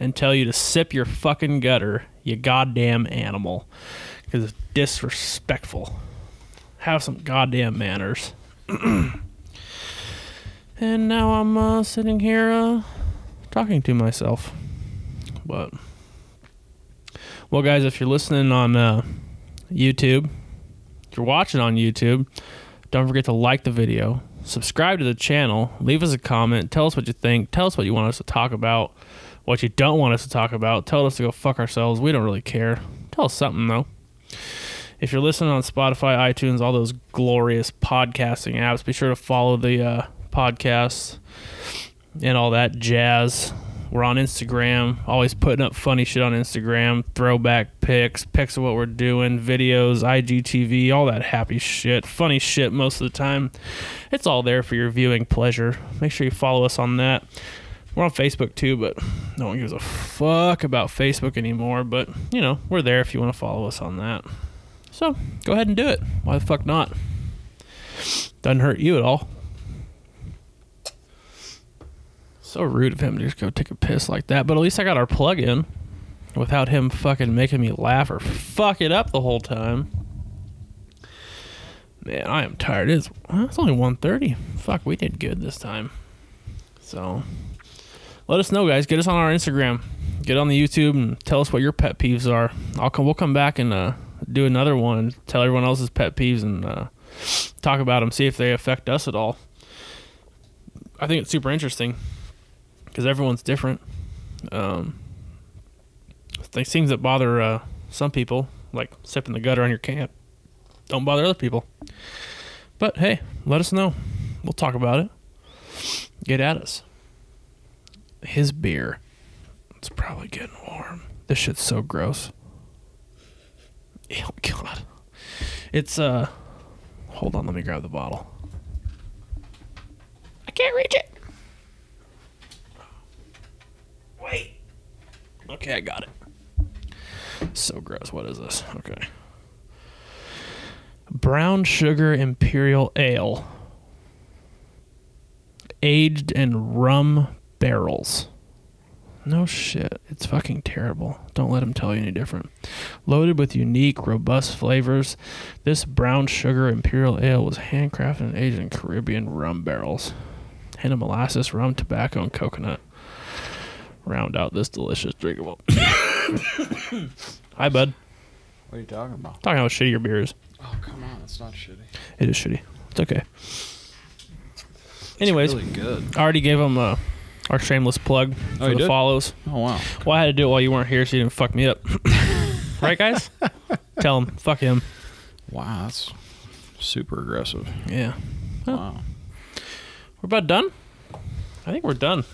Speaker 4: and tell you to sip your fucking gutter, you goddamn animal. Because it's disrespectful. Have some goddamn manners. and now I'm uh, sitting here uh, talking to myself. But. Well, guys, if you're listening on uh, YouTube, if you're watching on YouTube, don't forget to like the video, subscribe to the channel, leave us a comment, tell us what you think, tell us what you want us to talk about, what you don't want us to talk about, tell us to go fuck ourselves. We don't really care. Tell us something, though. If you're listening on Spotify, iTunes, all those glorious podcasting apps, be sure to follow the uh, podcasts and all that jazz. We're on Instagram, always putting up funny shit on Instagram, throwback pics, pics of what we're doing, videos, IGTV, all that happy shit, funny shit most of the time. It's all there for your viewing pleasure. Make sure you follow us on that. We're on Facebook too, but no one gives a fuck about Facebook anymore. But, you know, we're there if you want to follow us on that. So go ahead and do it. Why the fuck not? Doesn't hurt you at all. So rude of him to just go take a piss like that. But at least I got our plug in without him fucking making me laugh or fuck it up the whole time. Man, I am tired. It's, well, it's only 1.30. Fuck, we did good this time. So let us know, guys. Get us on our Instagram. Get on the YouTube and tell us what your pet peeves are. I'll come, we'll come back and uh, do another one and tell everyone else's pet peeves and uh, talk about them, see if they affect us at all I think it's super interesting because everyone's different. Um, things things that bother uh, some people, like sipping the gutter on your camp, don't bother other people. But hey, let us know. We'll talk about it. Get at us. His beer. It's probably getting warm. This shit's so gross. Oh god. It's uh hold on, let me grab the bottle. I can't reach it. Wait. Okay, I got it. So gross. What is this? Okay. Brown sugar imperial ale. Aged in rum barrels. No shit. It's fucking terrible. Don't let them tell you any different. Loaded with unique, robust flavors, this brown sugar imperial ale was handcrafted and aged in Caribbean rum barrels. Hint of molasses, rum, tobacco, and coconut. Round out this delicious drinkable. Hi, bud.
Speaker 1: What are you talking about?
Speaker 4: Talking about how shitty your beer is.
Speaker 1: Oh, come on. It's not shitty.
Speaker 4: It is shitty. It's okay. Anyways,
Speaker 1: Really good.
Speaker 4: I already gave him uh, our shameless plug for
Speaker 3: you
Speaker 4: the
Speaker 3: did?
Speaker 4: follows.
Speaker 1: Oh, wow.
Speaker 4: Well, I had to do it while you weren't here, so you didn't fuck me up. right, guys? Tell him, fuck him.
Speaker 3: Wow, that's super aggressive.
Speaker 4: Yeah.
Speaker 3: Wow.
Speaker 4: We're about done? I think we're done.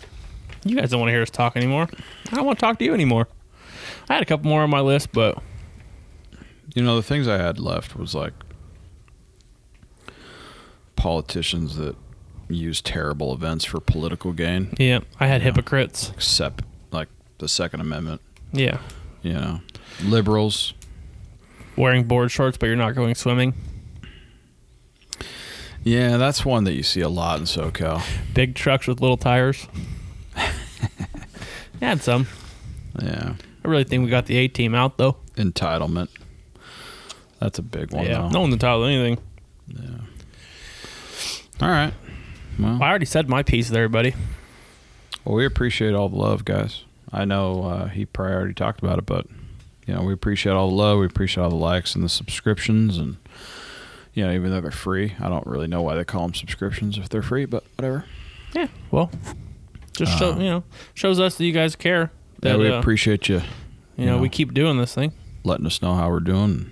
Speaker 4: You guys don't want to hear us talk anymore. I don't want to talk to you anymore. I had a couple more on my list, but
Speaker 3: You know, the things I had left was like politicians that use terrible events for political gain,
Speaker 4: yeah, I had hypocrites.
Speaker 3: except like the Second Amendment,
Speaker 4: Yeah.
Speaker 3: you know, liberals.
Speaker 4: Wearing board shorts, but you're not going swimming.
Speaker 3: Yeah, that's one that you see a lot in SoCal.
Speaker 4: Big trucks with little tires. I had some.
Speaker 3: Yeah.
Speaker 4: I really think we got the A team out, though.
Speaker 3: Entitlement. That's a big one,
Speaker 4: yeah.
Speaker 3: though.
Speaker 4: No one's entitled to anything.
Speaker 3: All right.
Speaker 4: I already said my piece there, buddy.
Speaker 3: Well, we appreciate all the love, guys. I know uh, he probably already talked about it, but you know we appreciate all the love. We appreciate all the likes and the subscriptions, and you know even though they're free, I don't really know why they call them subscriptions if they're free, but whatever.
Speaker 4: Yeah. Well, just show, you know, shows us that you guys care.
Speaker 3: Uh-huh. Yeah,
Speaker 4: That,
Speaker 3: we
Speaker 4: uh,
Speaker 3: appreciate you
Speaker 4: you know,
Speaker 3: you know.
Speaker 4: we keep doing this thing
Speaker 3: letting us know how we're doing.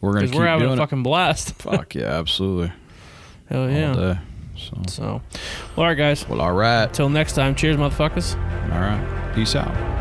Speaker 3: We're gonna
Speaker 4: because
Speaker 3: keep
Speaker 4: we're having a
Speaker 3: doing
Speaker 4: fucking blast.
Speaker 3: it. Fuck yeah, absolutely.
Speaker 4: Hell
Speaker 3: All
Speaker 4: yeah.
Speaker 3: day. So
Speaker 4: So, well, all right, guys.
Speaker 3: well, all right,
Speaker 4: Till next time, cheers, motherfuckers.
Speaker 3: all right. Peace out.